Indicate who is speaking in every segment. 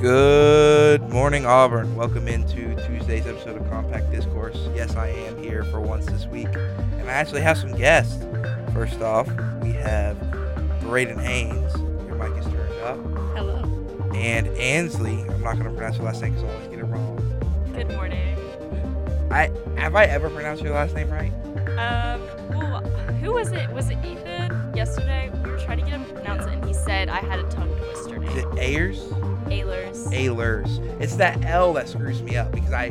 Speaker 1: Good morning, Auburn. Welcome into Tuesday's episode of Compact Discourse. Yes, I am here for once this week, and I actually have some guests. First off, we have Braden Haynes. Your mic is turned up.
Speaker 2: Hello.
Speaker 1: And Ansley. I'm not going to pronounce your last name because I always get it wrong.
Speaker 2: Good morning.
Speaker 1: Have I ever pronounced your last name right?
Speaker 2: Um, well, who was it? Was it Ethan? Yesterday, we were trying to get him to pronounce it, and he said I had a tongue twister
Speaker 1: Is
Speaker 2: name.
Speaker 1: it Ayers?
Speaker 2: Ailers.
Speaker 1: Aylers. It's that L that screws me up because I,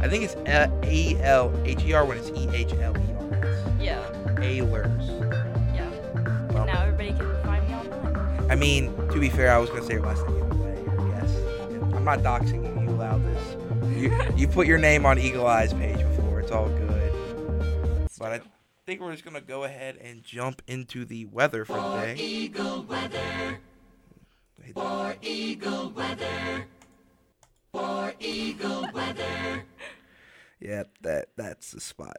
Speaker 1: I think it's A L H E R when it's E H L E R.
Speaker 2: yeah,
Speaker 1: Aylers.
Speaker 2: yeah.
Speaker 1: Well,
Speaker 2: Now everybody can find me online.
Speaker 1: I mean, to be fair, I was gonna say your last name either way. I guess And I'm not doxing you. You allowed this. You you put your name on Eagle Eyes page before. It's all good.
Speaker 2: It's
Speaker 1: But I
Speaker 2: true.
Speaker 1: think we're just gonna go ahead and jump into the weather for the day. Eagle weather. For Eagle weather. For Eagle weather. Yep, that that's the spot.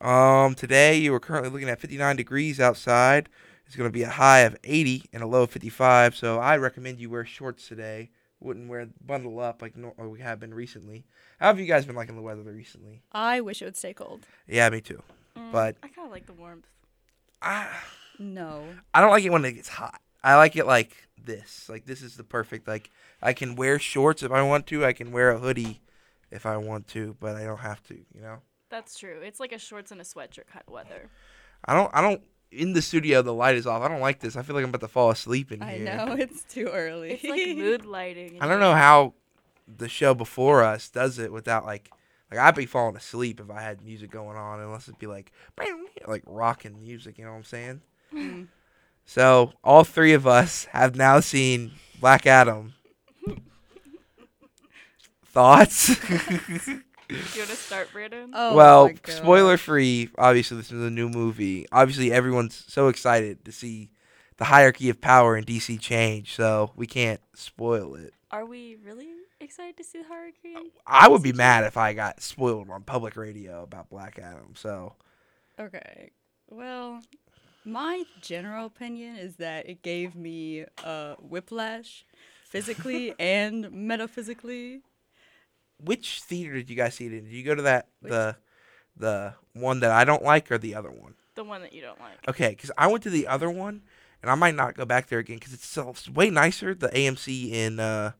Speaker 1: Um, today you are currently looking at 59 degrees outside. It's going to be a high of 80 and a low of 55. So I recommend you wear shorts today. Wouldn't wear bundle up like nor- or we have been recently. How have you guys been liking the weather recently?
Speaker 3: I wish it would stay cold.
Speaker 1: Yeah, me too.
Speaker 2: Mm,
Speaker 1: but-
Speaker 2: I kind of like the warmth.
Speaker 1: I
Speaker 3: No.
Speaker 1: I don't like it when it gets hot. I like it like this. Like this is the perfect. Like I can wear shorts if I want to. I can wear a hoodie if I want to, but I don't have to. You know.
Speaker 2: That's true. It's like a shorts and a sweatshirt kind of weather.
Speaker 1: I don't. I don't. In the studio, the light is off. I don't like this. I feel like I'm about to fall asleep in
Speaker 3: I
Speaker 1: here.
Speaker 3: know it's too early.
Speaker 2: It's like mood lighting.
Speaker 1: I don't know how the show before us does it without like like I'd be falling asleep if I had music going on unless it'd be like like rocking music, you know what I'm saying?
Speaker 3: Mm.
Speaker 1: So all three of us have now seen Black Adam. Thoughts?
Speaker 2: Do you want to start, Brandon?
Speaker 3: Oh,
Speaker 1: well,
Speaker 3: my God.
Speaker 1: spoiler free, obviously this is a new movie. Obviously everyone's so excited to see the hierarchy of power in DC change, so we can't spoil it.
Speaker 2: Are we really excited to see the hurricane?
Speaker 1: I would be mad if I got spoiled on public radio about Black Adam. So
Speaker 3: Okay. Well, my general opinion is that it gave me uh, whiplash physically and metaphysically.
Speaker 1: which theater did you guys see it in? Did you go to that
Speaker 3: Which-
Speaker 1: the the one that I don't like or the other one?
Speaker 2: The one that you don't like.
Speaker 1: Okay, because I went to the other one and I might not go back there again because it's, so, it's way nicer. The AMC in uh,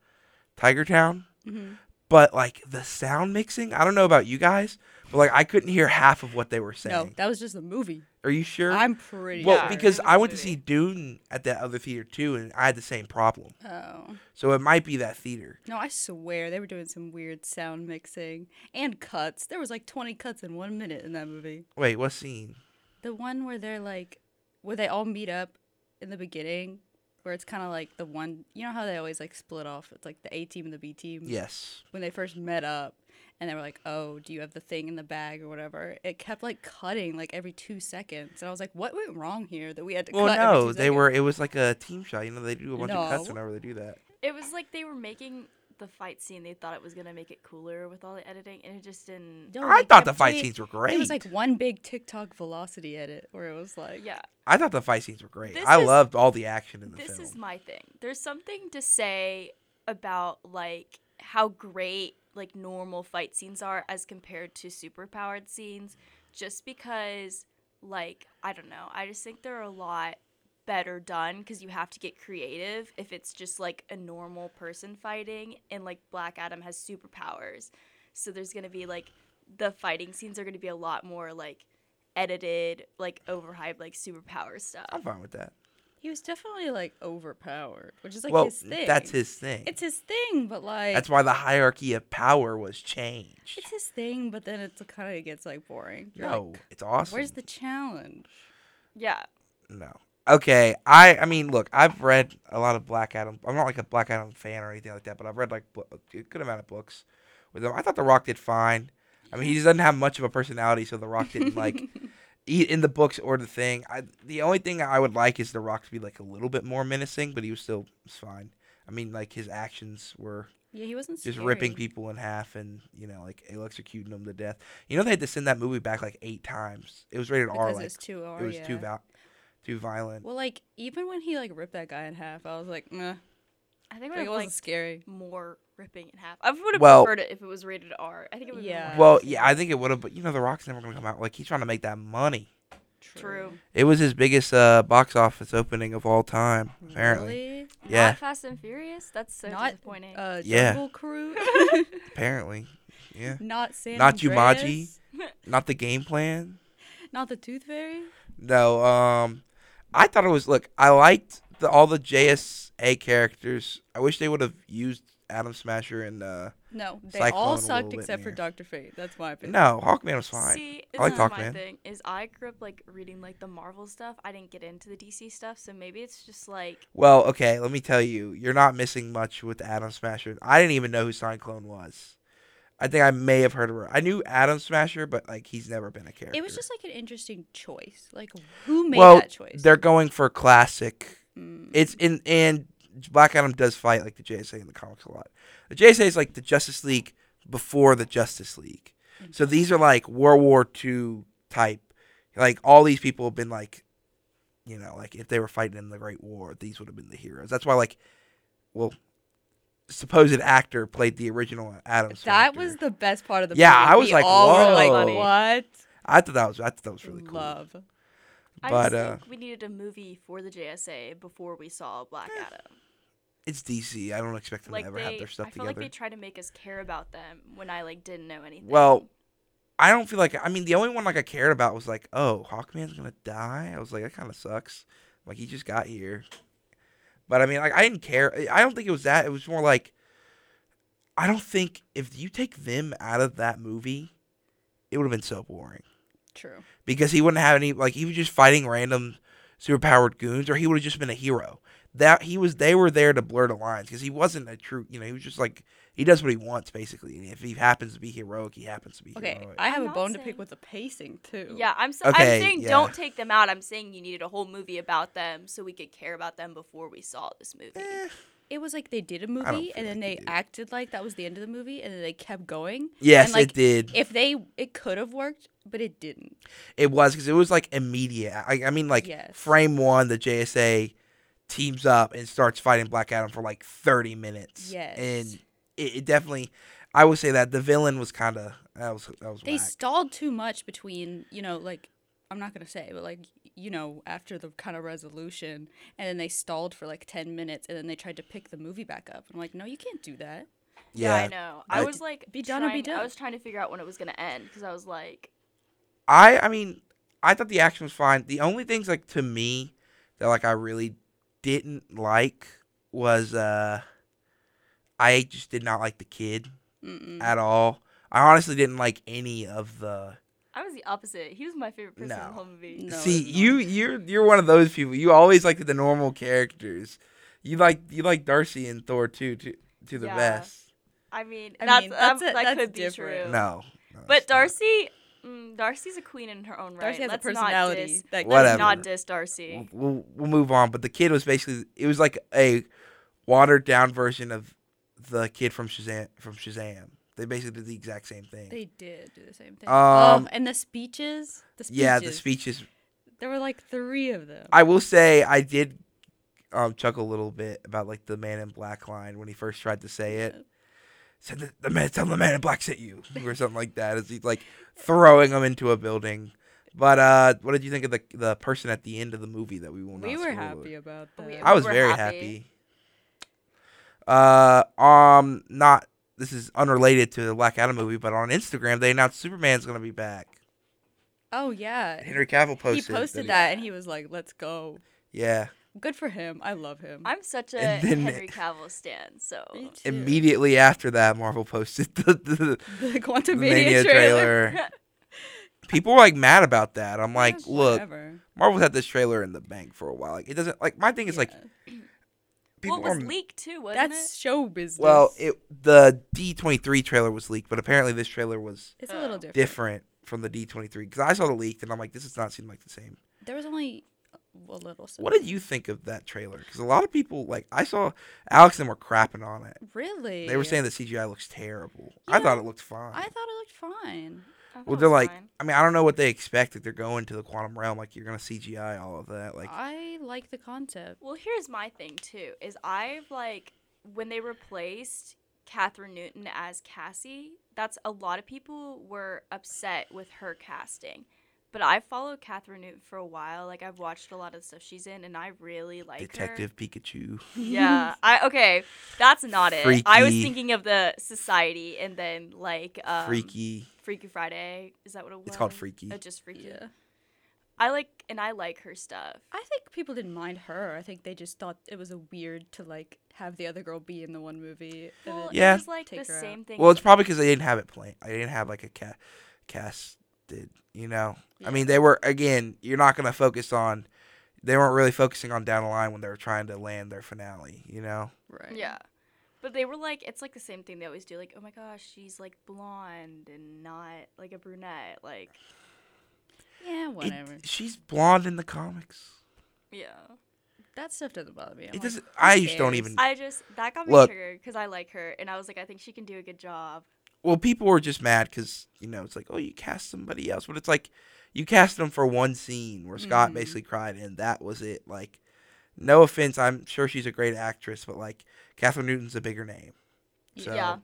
Speaker 1: Tiger Town,
Speaker 3: hmm
Speaker 1: but like the sound mixing, I don't know about you guys, but like I couldn't hear half of what they were
Speaker 3: No,
Speaker 1: saying.
Speaker 3: that was just a movie.
Speaker 1: Are you sure?
Speaker 3: I'm pretty
Speaker 1: well,
Speaker 2: Yeah.
Speaker 3: sure.
Speaker 1: because
Speaker 2: it was
Speaker 1: I
Speaker 2: a
Speaker 1: went to
Speaker 2: movie.
Speaker 1: see Dune at that other theater too, and I had the same problem.
Speaker 3: Oh.
Speaker 1: So it might be that theater.
Speaker 3: No, I swear they were doing some weird sound mixing and cuts. There was like 20 cuts in one minute in that movie.
Speaker 1: Wait, what scene?
Speaker 3: The one where they're like, where they all meet up in the beginning, where it's kind of like the one, you know how they always like split off? It's like the A team and the B team.
Speaker 1: Yes.
Speaker 3: When they first met up and they were like, oh, do you have the thing in the bag or whatever? It kept like cutting like every two seconds. And I was like, what went wrong here that we had to
Speaker 1: Well,
Speaker 3: cut? every
Speaker 1: no,
Speaker 3: two
Speaker 1: they
Speaker 3: seconds?"
Speaker 1: were. It was like a team shot. You know, they do a bunch of cuts
Speaker 3: No.
Speaker 1: whenever they do that.
Speaker 2: It was like they were making the fight scene. They thought it was gonna make it cooler with all the editing, and it just didn't.
Speaker 3: No,
Speaker 1: I
Speaker 3: they
Speaker 1: thought the
Speaker 3: kept
Speaker 1: fight
Speaker 3: doing-
Speaker 1: scenes were great.
Speaker 3: It was like one big TikTok velocity edit where it was like,
Speaker 2: Yeah,
Speaker 1: I thought the fight scenes were great.
Speaker 2: This
Speaker 1: I
Speaker 2: is-
Speaker 1: loved all the action in the
Speaker 2: this
Speaker 1: film.
Speaker 2: is my thing. There's something to say about like how great like normal fight scenes are as compared to superpowered scenes, just because like I don't know. I just think they're a lot better done because you have to get creative if it's just like a normal person fighting and like Black Adam has superpowers. So there's gonna be like the fighting scenes are gonna be a lot more like edited, like overhyped, like superpower
Speaker 1: I'm
Speaker 2: stuff.
Speaker 1: fine with that.
Speaker 3: he was definitely like overpowered, which is like
Speaker 1: well,
Speaker 3: his thing.
Speaker 1: that's his thing.
Speaker 3: It's his thing, but like
Speaker 1: that's why the hierarchy of power was changed.
Speaker 3: It's his thing, but then it kind of gets like boring. You're
Speaker 1: no,
Speaker 3: like,
Speaker 1: it's awesome.
Speaker 3: where's the challenge?
Speaker 2: Yeah.
Speaker 1: no? Okay, I I mean, look, I've read a lot of Black Adam. I'm not like a Black Adam fan or anything like that, but I've read like bu- a good amount of books with him. I thought The Rock did fine. I mean, he just doesn't have much of a personality, so The Rock didn't like e- in the books or the thing. I, the only thing I would like is The Rock to be like a little bit more menacing, but he was still it's fine. I mean, like his actions were
Speaker 3: yeah, he wasn't
Speaker 1: just ripping
Speaker 3: scary.
Speaker 1: people in half and you know like electrocuting them to death. You know they had to send that movie back like eight times. It was rated R.
Speaker 3: because
Speaker 1: Like
Speaker 3: it's too R.
Speaker 1: it was too
Speaker 3: yeah.
Speaker 1: val- too violent.
Speaker 3: Well, like even when he like ripped that guy in half, I was like, Meh.
Speaker 2: I think I
Speaker 3: Like,
Speaker 2: would
Speaker 3: it
Speaker 2: have
Speaker 3: wasn't
Speaker 2: liked
Speaker 3: scary.
Speaker 2: more ripping in half. I would have
Speaker 1: Well-
Speaker 2: preferred it if it was rated R. I think it would
Speaker 3: Yeah.
Speaker 2: yeah. Be more
Speaker 1: Well,
Speaker 2: interesting.
Speaker 1: yeah, I think it would have, but you know, The Rock's never gonna come out. Like he's trying to make that money.
Speaker 2: True.
Speaker 1: It was his biggest uh, box office opening of all time, apparently.
Speaker 3: Really?
Speaker 1: Yeah,
Speaker 2: Not Fast and Furious. That's so
Speaker 3: Not,
Speaker 2: disappointing.
Speaker 3: Uh,
Speaker 1: Yeah.
Speaker 3: Jungle Crew.
Speaker 1: apparently. Yeah,
Speaker 3: not San
Speaker 1: Not Jumanji?
Speaker 3: Andreas?
Speaker 1: not the game plan.
Speaker 3: Not the Tooth Fairy.
Speaker 1: No, um, I thought it was look. I liked the all the JSA characters. I wish they would have used Adam Smasher and uh,
Speaker 3: No, they
Speaker 1: Cyclone a
Speaker 3: all
Speaker 1: little
Speaker 3: sucked
Speaker 1: bit
Speaker 3: except for
Speaker 1: near.
Speaker 3: Doctor Fate. That's my opinion.
Speaker 1: no Hawkman was fine.
Speaker 2: See,
Speaker 1: I like
Speaker 2: this is my
Speaker 1: Hawkman.
Speaker 2: thing. Is I grew up like reading like the Marvel stuff. I didn't get into the DC stuff, so maybe it's just like
Speaker 1: Well, okay, let me tell you, you're not missing much with Adam Smasher. I didn't even know who Cyclone was. I think I may have heard of her. I knew Adam Smasher, but like he's never been a character.
Speaker 3: It was just like an interesting choice. Like who made
Speaker 1: Well,
Speaker 3: that choice?
Speaker 1: they're going for classic.
Speaker 3: Mm.
Speaker 1: It's in and Black Adam does fight like the JSA in the comics a lot. The JSA is like the Justice League before the Justice League.
Speaker 2: Mm-hmm.
Speaker 1: So these are like World War II type. Like all these people have been like, you know, like if they were fighting in the Great War, these would have been the heroes. That's why like, well, supposed actor played the original Adam.
Speaker 3: that
Speaker 1: Smasher.
Speaker 3: was the best part of the
Speaker 1: Yeah,
Speaker 3: movie.
Speaker 1: I was
Speaker 3: We
Speaker 1: like,
Speaker 3: all were
Speaker 1: "Whoa."
Speaker 3: like,
Speaker 1: I thought that was. I thought that was
Speaker 3: what?
Speaker 1: really cool.
Speaker 3: Love.
Speaker 2: I
Speaker 1: But,
Speaker 2: just
Speaker 1: uh,
Speaker 2: think we needed a movie for the JSA before we saw Black
Speaker 1: Eh,
Speaker 2: Adam.
Speaker 1: It's DC. I don't expect them
Speaker 2: Like
Speaker 1: to ever
Speaker 2: they,
Speaker 1: have their stuff
Speaker 2: I feel like
Speaker 1: together.
Speaker 2: they tried to make us care about them when I like didn't know anything.
Speaker 1: Well, I don't feel like I mean the only one like I cared about was like, oh, Hawkman's gonna die. I was like, that kind of sucks. Like he just got here, but I mean, like I didn't care. I- I don't think it was that. It was more like, I don't think if you take them out of that movie, it would have been so boring
Speaker 3: True.
Speaker 1: because he wouldn't have any like he was just fighting random superpowered goons or he would have just been a hero that he was they were there to blur the lines because he wasn't a true you know he was just like he does what he wants basically and if he happens to be heroic he happens to be
Speaker 3: Okay,
Speaker 1: heroic.
Speaker 3: I have
Speaker 2: I'm
Speaker 3: a
Speaker 2: not
Speaker 3: bone to
Speaker 2: saying-
Speaker 3: pick with the pacing too.
Speaker 2: yeah, I'm so,
Speaker 1: okay,
Speaker 2: I'm saying
Speaker 1: yeah.
Speaker 2: don't take them out. I'm saying you needed a whole movie about them so we could care about them before we saw this movie.
Speaker 1: Eh,
Speaker 3: it was like they did a
Speaker 1: don't feel
Speaker 3: movie and then
Speaker 1: like they
Speaker 3: they
Speaker 1: did.
Speaker 3: acted like that was the end of the movie and then they kept going.
Speaker 1: yes
Speaker 3: and like,
Speaker 1: it did
Speaker 3: If they, it could have worked, but it didn't.
Speaker 1: it was because it was like immediate i, I mean like
Speaker 3: Yes.
Speaker 1: frame one the jsa teams up and starts fighting black adam for like 30 minutes
Speaker 3: Yes.
Speaker 1: and it, it definitely i would say that the villain was kind of that was that was
Speaker 3: They
Speaker 1: whack.
Speaker 3: stalled too much between, you know, like I'm not gonna say, but like you know, after the kind of resolution, and then they stalled for like ten minutes, and then they tried to pick the movie back up. I'm like, no, you can't do that.
Speaker 2: Yeah,
Speaker 1: yeah
Speaker 2: I know. I
Speaker 1: I-
Speaker 2: was like,
Speaker 3: Be done or be
Speaker 2: trying-
Speaker 3: done.
Speaker 2: I was trying to figure out when it was gonna end because I was like,
Speaker 1: I I mean, I thought the action was fine. The only things like to me that like I really didn't like was uh I just did not like the kid
Speaker 3: Mm-mm.
Speaker 1: at all. I honestly didn't like any of the
Speaker 2: I was the opposite. He was my favorite person in
Speaker 1: No.
Speaker 2: the whole movie.
Speaker 3: No,
Speaker 1: See,
Speaker 3: it's not.
Speaker 1: you you're you're one of those people. You always like the normal characters. You like you like Darcy and Thor too to to the
Speaker 2: Yeah.
Speaker 1: best.
Speaker 2: I mean,
Speaker 3: I
Speaker 2: that's,
Speaker 3: mean,
Speaker 2: that-
Speaker 3: that's a-
Speaker 2: that
Speaker 3: that's
Speaker 2: could be
Speaker 3: different.
Speaker 2: true.
Speaker 1: No. no,
Speaker 2: But
Speaker 1: it's not.
Speaker 2: Darcy, mm, Darcy's a queen in her own right.
Speaker 3: Darcy has
Speaker 2: Let's
Speaker 3: a personality.
Speaker 2: Not diss,
Speaker 3: that
Speaker 1: Whatever.
Speaker 2: let's not diss Darcy.
Speaker 1: we'll, we'll, we'll move on. But the kid was basically it was like a watered down version of the kid from Shazam. From Shazam, they basically did the exact same thing.
Speaker 3: They did do the same thing.
Speaker 1: Um,
Speaker 3: oh, and the speeches. The speeches.
Speaker 1: yeah, the speeches.
Speaker 3: There were like three of them.
Speaker 1: I will say I did um, chuckle a little bit about like the Man in Black line when he first tried to say it. Said the, the man, tell the man in black sent you, or something like that. As he's like throwing him into a building. But uh, what did you think of the the person at the end of the movie that we will not?
Speaker 3: we were
Speaker 1: spoil?
Speaker 3: happy about that.
Speaker 2: We-
Speaker 1: I was
Speaker 2: were
Speaker 1: very happy.
Speaker 2: happy.
Speaker 1: Uh, um, not this is unrelated to the Black Adam movie, but on Instagram they announced Superman's gonna be back.
Speaker 3: oh yeah.
Speaker 1: Henry Cavill posted.
Speaker 3: he posted
Speaker 1: he-
Speaker 3: that and he was like, "Let's go."
Speaker 1: Yeah,
Speaker 3: Good for him. I love him.
Speaker 2: I'm such a
Speaker 1: And then-
Speaker 2: Henry Cavill stan, so
Speaker 3: Me too.
Speaker 1: immediately after that, Marvel posted the, the,
Speaker 3: the
Speaker 1: the
Speaker 3: Quantum
Speaker 1: Mania trailer. People were like mad about that. I'm like, look,
Speaker 3: Whatever.
Speaker 1: Marvel's had this trailer in the bank for a while. Like it doesn't like my thing is like
Speaker 3: Yeah.
Speaker 1: people
Speaker 2: well, it
Speaker 1: are
Speaker 2: was leaked too, wasn't
Speaker 3: that's
Speaker 2: it?
Speaker 3: show business.
Speaker 1: well, it the D23 trailer was leaked, but apparently this trailer was
Speaker 3: it's a little
Speaker 2: uh,
Speaker 3: different.
Speaker 1: different from the D23 because I saw the leaked and I'm like, this does not seem like the same.
Speaker 3: There was only a little. Stuff.
Speaker 1: What did you think of that trailer? Because a lot of people like I saw Alex and them were crapping on it.
Speaker 3: Really?
Speaker 1: They were saying the CGI looks terrible. I
Speaker 3: Yeah.
Speaker 1: thought it looked fine.
Speaker 3: I thought it looked fine.
Speaker 2: I thought
Speaker 1: well,
Speaker 2: it
Speaker 1: they're
Speaker 2: was
Speaker 1: like,
Speaker 2: Uh-huh. fine.
Speaker 1: I mean, I don't know what they expect. Like they're going to the quantum realm. Like you're gonna CGI all of that. Like
Speaker 3: I like the concept.
Speaker 2: Well, here's my thing too: is I've like when they replaced Catherine Newton as Cassie, that's a lot of people were upset with her casting. But I followed Catherine Newton for a while. Like I've watched a lot of stuff she's in, and I really like
Speaker 1: Detective Pikachu.
Speaker 2: Her. Yeah. I okay. That's not it. I was
Speaker 1: Freaky.
Speaker 2: thinking of the Society, and then like um,
Speaker 1: Freaky.
Speaker 2: Freaky Friday. Is that what it was?
Speaker 1: It's called Freaky.
Speaker 2: Uh, just Freaky.
Speaker 3: Yeah.
Speaker 2: I like and I like her stuff.
Speaker 3: I think people didn't mind her. I think they just thought it was a weird to like have the other girl be in the one movie. and
Speaker 2: Well,
Speaker 3: then
Speaker 1: Yeah.
Speaker 2: it was like
Speaker 3: Take
Speaker 2: the
Speaker 3: her out.
Speaker 2: same thing.
Speaker 1: Well,
Speaker 2: as
Speaker 1: it's probably because they didn't have it planned. I didn't have like a ca- cast. Did you know? I
Speaker 3: Yeah.
Speaker 1: mean, they were again. You're not gonna focus on. They weren't really focusing on down the line when they were trying to land their finale. You know?
Speaker 3: Right.
Speaker 2: Yeah. But they were like, it's like the same thing they always do. Like, oh my gosh, she's like blonde and not like a brunette. Like,
Speaker 3: Yeah,
Speaker 1: It-
Speaker 3: whatever.
Speaker 1: she's blonde in the comics.
Speaker 2: yeah.
Speaker 3: that stuff doesn't bother me. I'm
Speaker 1: it
Speaker 3: like,
Speaker 1: doesn't.
Speaker 3: who
Speaker 1: I just don't
Speaker 3: cares?
Speaker 1: even.
Speaker 2: I just, that got me
Speaker 1: Look.
Speaker 2: triggered because I like her. And I was like, I think she can do a good job.
Speaker 1: well, people were just mad because you know it's like, oh, you cast somebody else, but it's like you cast them for one scene where Scott
Speaker 3: Mhm.
Speaker 2: Mm-hmm.
Speaker 1: basically cried, and that was it. Like, no offense, I'm sure she's a great actress, but like Catherine Newton's a bigger name. So,
Speaker 2: Yeah.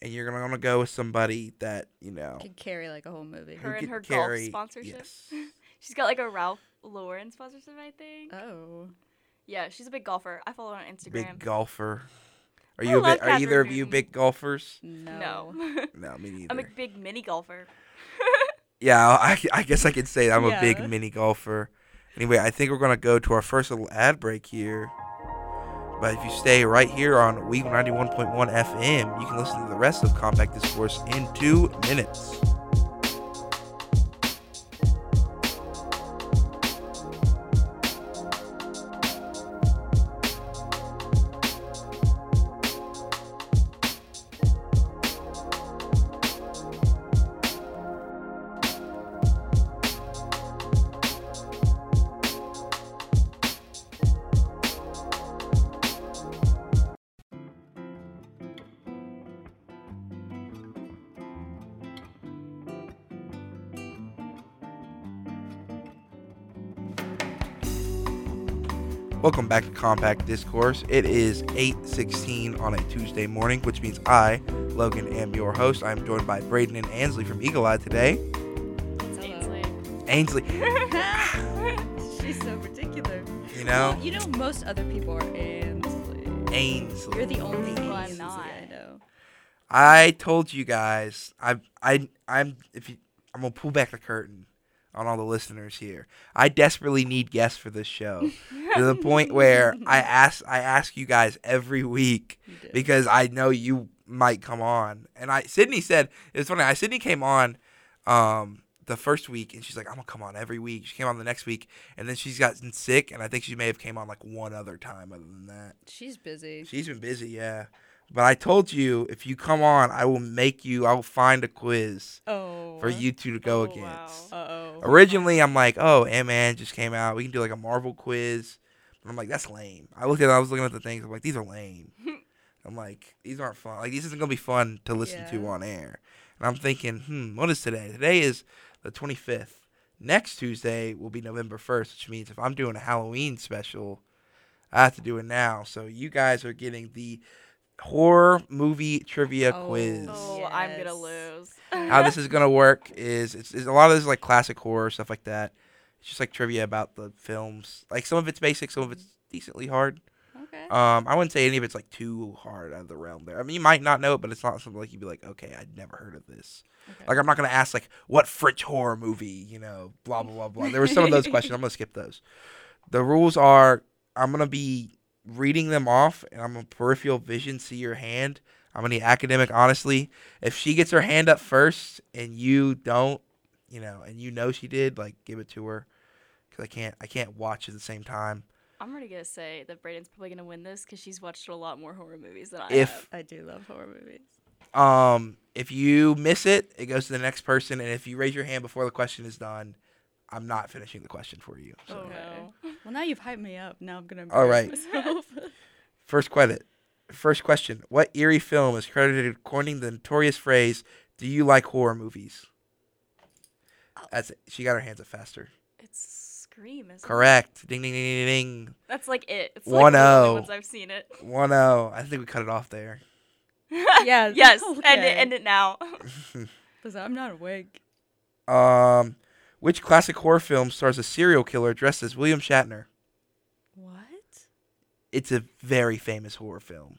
Speaker 1: And you're gonna want to go with somebody that you know.
Speaker 3: can carry like a whole movie.
Speaker 2: Her- and
Speaker 1: could
Speaker 2: golf sponsorship?
Speaker 1: Yes.
Speaker 2: She's got like a Ralph Lauren sponsorship, I think.
Speaker 3: Oh.
Speaker 2: yeah, she's a big golfer. I follow her on Instagram.
Speaker 1: Big golfer. Are
Speaker 2: I
Speaker 1: you? A
Speaker 2: love
Speaker 1: bit, are either
Speaker 2: Catherine
Speaker 1: of you
Speaker 2: Newton.
Speaker 1: big golfers?
Speaker 3: No.
Speaker 2: no.
Speaker 1: No, me neither.
Speaker 2: I'm a big mini golfer.
Speaker 1: Yeah, I, I guess I could say I'm a big
Speaker 3: Yeah.
Speaker 1: mini golfer. Anyway, I think we're gonna go to our first little ad break here. But if you stay right here on Week 91.1 FM, you can listen to the rest of Compact Discourse in two minutes. Welcome back to Compact Discourse. It is 8:16 on a Tuesday morning, which means I, Logan, am your host. I'm joined by Braden and Ansley from Eagle Eye today.
Speaker 3: Hello.
Speaker 1: Ainsley,
Speaker 3: She's so particular.
Speaker 1: you know,
Speaker 3: You know, most other people are Ainsley.
Speaker 1: Ainsley.
Speaker 3: You're the only
Speaker 2: Well, I'm
Speaker 3: Ainsley
Speaker 2: not.
Speaker 3: I know.
Speaker 1: I told you guys. I I I'm if you, I'm gonna pull back the curtain on all the listeners here. I desperately need guests for this show to the point where I ask I ask you guys every week
Speaker 3: You do.
Speaker 1: because I know you might come on. And I Sydney said it's funny. I Sydney came on um the first week and she's like I'm gonna come on every week. She came on the next week and then she's gotten sick and I think she may have came on like one other time other than that.
Speaker 3: She's busy.
Speaker 1: She's been busy, yeah. But I told you if you come on, I will make you. I will find a quiz
Speaker 3: Oh.
Speaker 1: for you two to go
Speaker 2: Oh,
Speaker 1: against.
Speaker 3: Uh oh.
Speaker 1: Originally, I'm like, oh, Ant-Man just came out. We can do like a Marvel quiz. But I'm like, that's lame. I looked at. I was looking at the things. I'm like, these are lame. I'm like, these aren't fun. Like, this isn't gonna be fun to listen to
Speaker 3: Yeah.
Speaker 1: on air. And I'm thinking, hmm, what is today? Today is the 25th. Next Tuesday will be November 1st, which means if I'm doing a Halloween special, I have to do it now. So you guys are getting the horror movie trivia
Speaker 3: Oh.
Speaker 1: quiz.
Speaker 2: Oh, I'm going to
Speaker 3: Yes.
Speaker 2: lose.
Speaker 1: How this is gonna work is it's, it's a lot of this is like classic horror stuff like that. It's just like trivia about the films. Like some of it's basic, some of it's decently hard.
Speaker 3: Okay.
Speaker 1: Um, I wouldn't say any of it's like too hard out of the realm there. I mean, you might not know it, but it's not something like you'd be like, okay, I'd never heard of this.
Speaker 3: Okay.
Speaker 1: Like, I'm not gonna ask like what French horror movie, you know, blah blah blah blah. There were some of those questions. I'm gonna skip those. The rules are I'm gonna be reading them off, and I'm gonna peripheral vision see your hand. I'm gonna be academic honestly. If she gets her hand up first and you don't, you know, and you know she did, like give it to her, because I can't I can't watch at the same time.
Speaker 2: I'm already going to say that Brayden's probably going to win this because she's watched a lot more horror movies than I have.
Speaker 1: If
Speaker 3: I do love horror movies.
Speaker 1: Um, if you miss it, it goes to the next person, and if you raise your hand before the question is done, I'm not finishing the question for you. So.
Speaker 2: Oh,
Speaker 3: Okay.
Speaker 2: no.
Speaker 3: Well, now you've hyped me up. Now I'm gonna.
Speaker 1: All
Speaker 3: embarrass myself.
Speaker 1: First credit. First question: What eerie film is credited with coining the notorious phrase "Do you like horror movies"? That's it. She got her hands up faster.
Speaker 2: It's Scream is
Speaker 1: Correct. Ding ding ding ding ding.
Speaker 2: That's like it. It's
Speaker 1: One
Speaker 2: like one
Speaker 1: oh.
Speaker 2: of once I've seen it.
Speaker 1: One zero. I think we cut it off there.
Speaker 3: Yeah.
Speaker 2: yes, end
Speaker 3: okay.
Speaker 2: it, end it now.
Speaker 3: Because I'm not awake.
Speaker 1: Um, which classic horror film stars a serial killer dressed as William Shatner?
Speaker 3: What?
Speaker 1: It's a very famous horror film.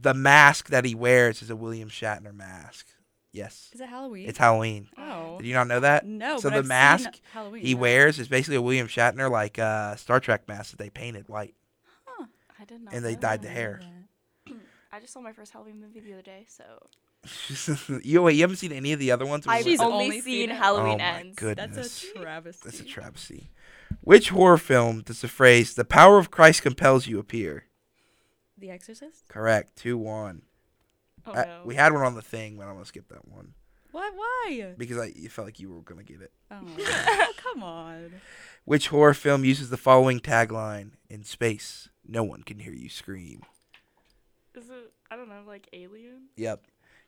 Speaker 1: The mask that he wears is a William Shatner mask. Yes,
Speaker 3: Is it Halloween?
Speaker 1: it's Halloween.
Speaker 3: oh.
Speaker 1: Did you not know that?
Speaker 3: No.
Speaker 1: So
Speaker 3: but
Speaker 1: the
Speaker 3: I've seen
Speaker 1: mask
Speaker 3: Halloween, Oh,
Speaker 1: He
Speaker 3: no.
Speaker 1: wears is basically a William Shatner like uh, Star Trek mask that they painted white.
Speaker 2: I did not.
Speaker 1: And they
Speaker 2: know
Speaker 1: dyed
Speaker 2: that.
Speaker 1: the hair.
Speaker 2: I just saw my first Halloween movie the other day, so
Speaker 1: you wait, you haven't seen any of the other ones?
Speaker 2: I've
Speaker 3: She's
Speaker 2: only,
Speaker 3: only seen
Speaker 2: seen
Speaker 3: it.
Speaker 1: oh
Speaker 2: Halloween
Speaker 1: my
Speaker 2: Ends.
Speaker 1: goodness,
Speaker 3: That's a travesty.
Speaker 1: That's a travesty. Which horror film does the phrase "the power of Christ compels you" appear?
Speaker 3: The Exorcist?
Speaker 1: Correct. Two one.
Speaker 2: Oh
Speaker 1: I-
Speaker 2: no.
Speaker 1: we had one on the thing, but I'm gonna skip that one
Speaker 3: What? Why?
Speaker 1: because I you felt like you were gonna get it.
Speaker 3: Oh, oh, come on.
Speaker 1: Which horror film uses the following tagline: "In space, no one can hear you scream."
Speaker 2: Is it? I don't know, like Alien.
Speaker 1: Yep.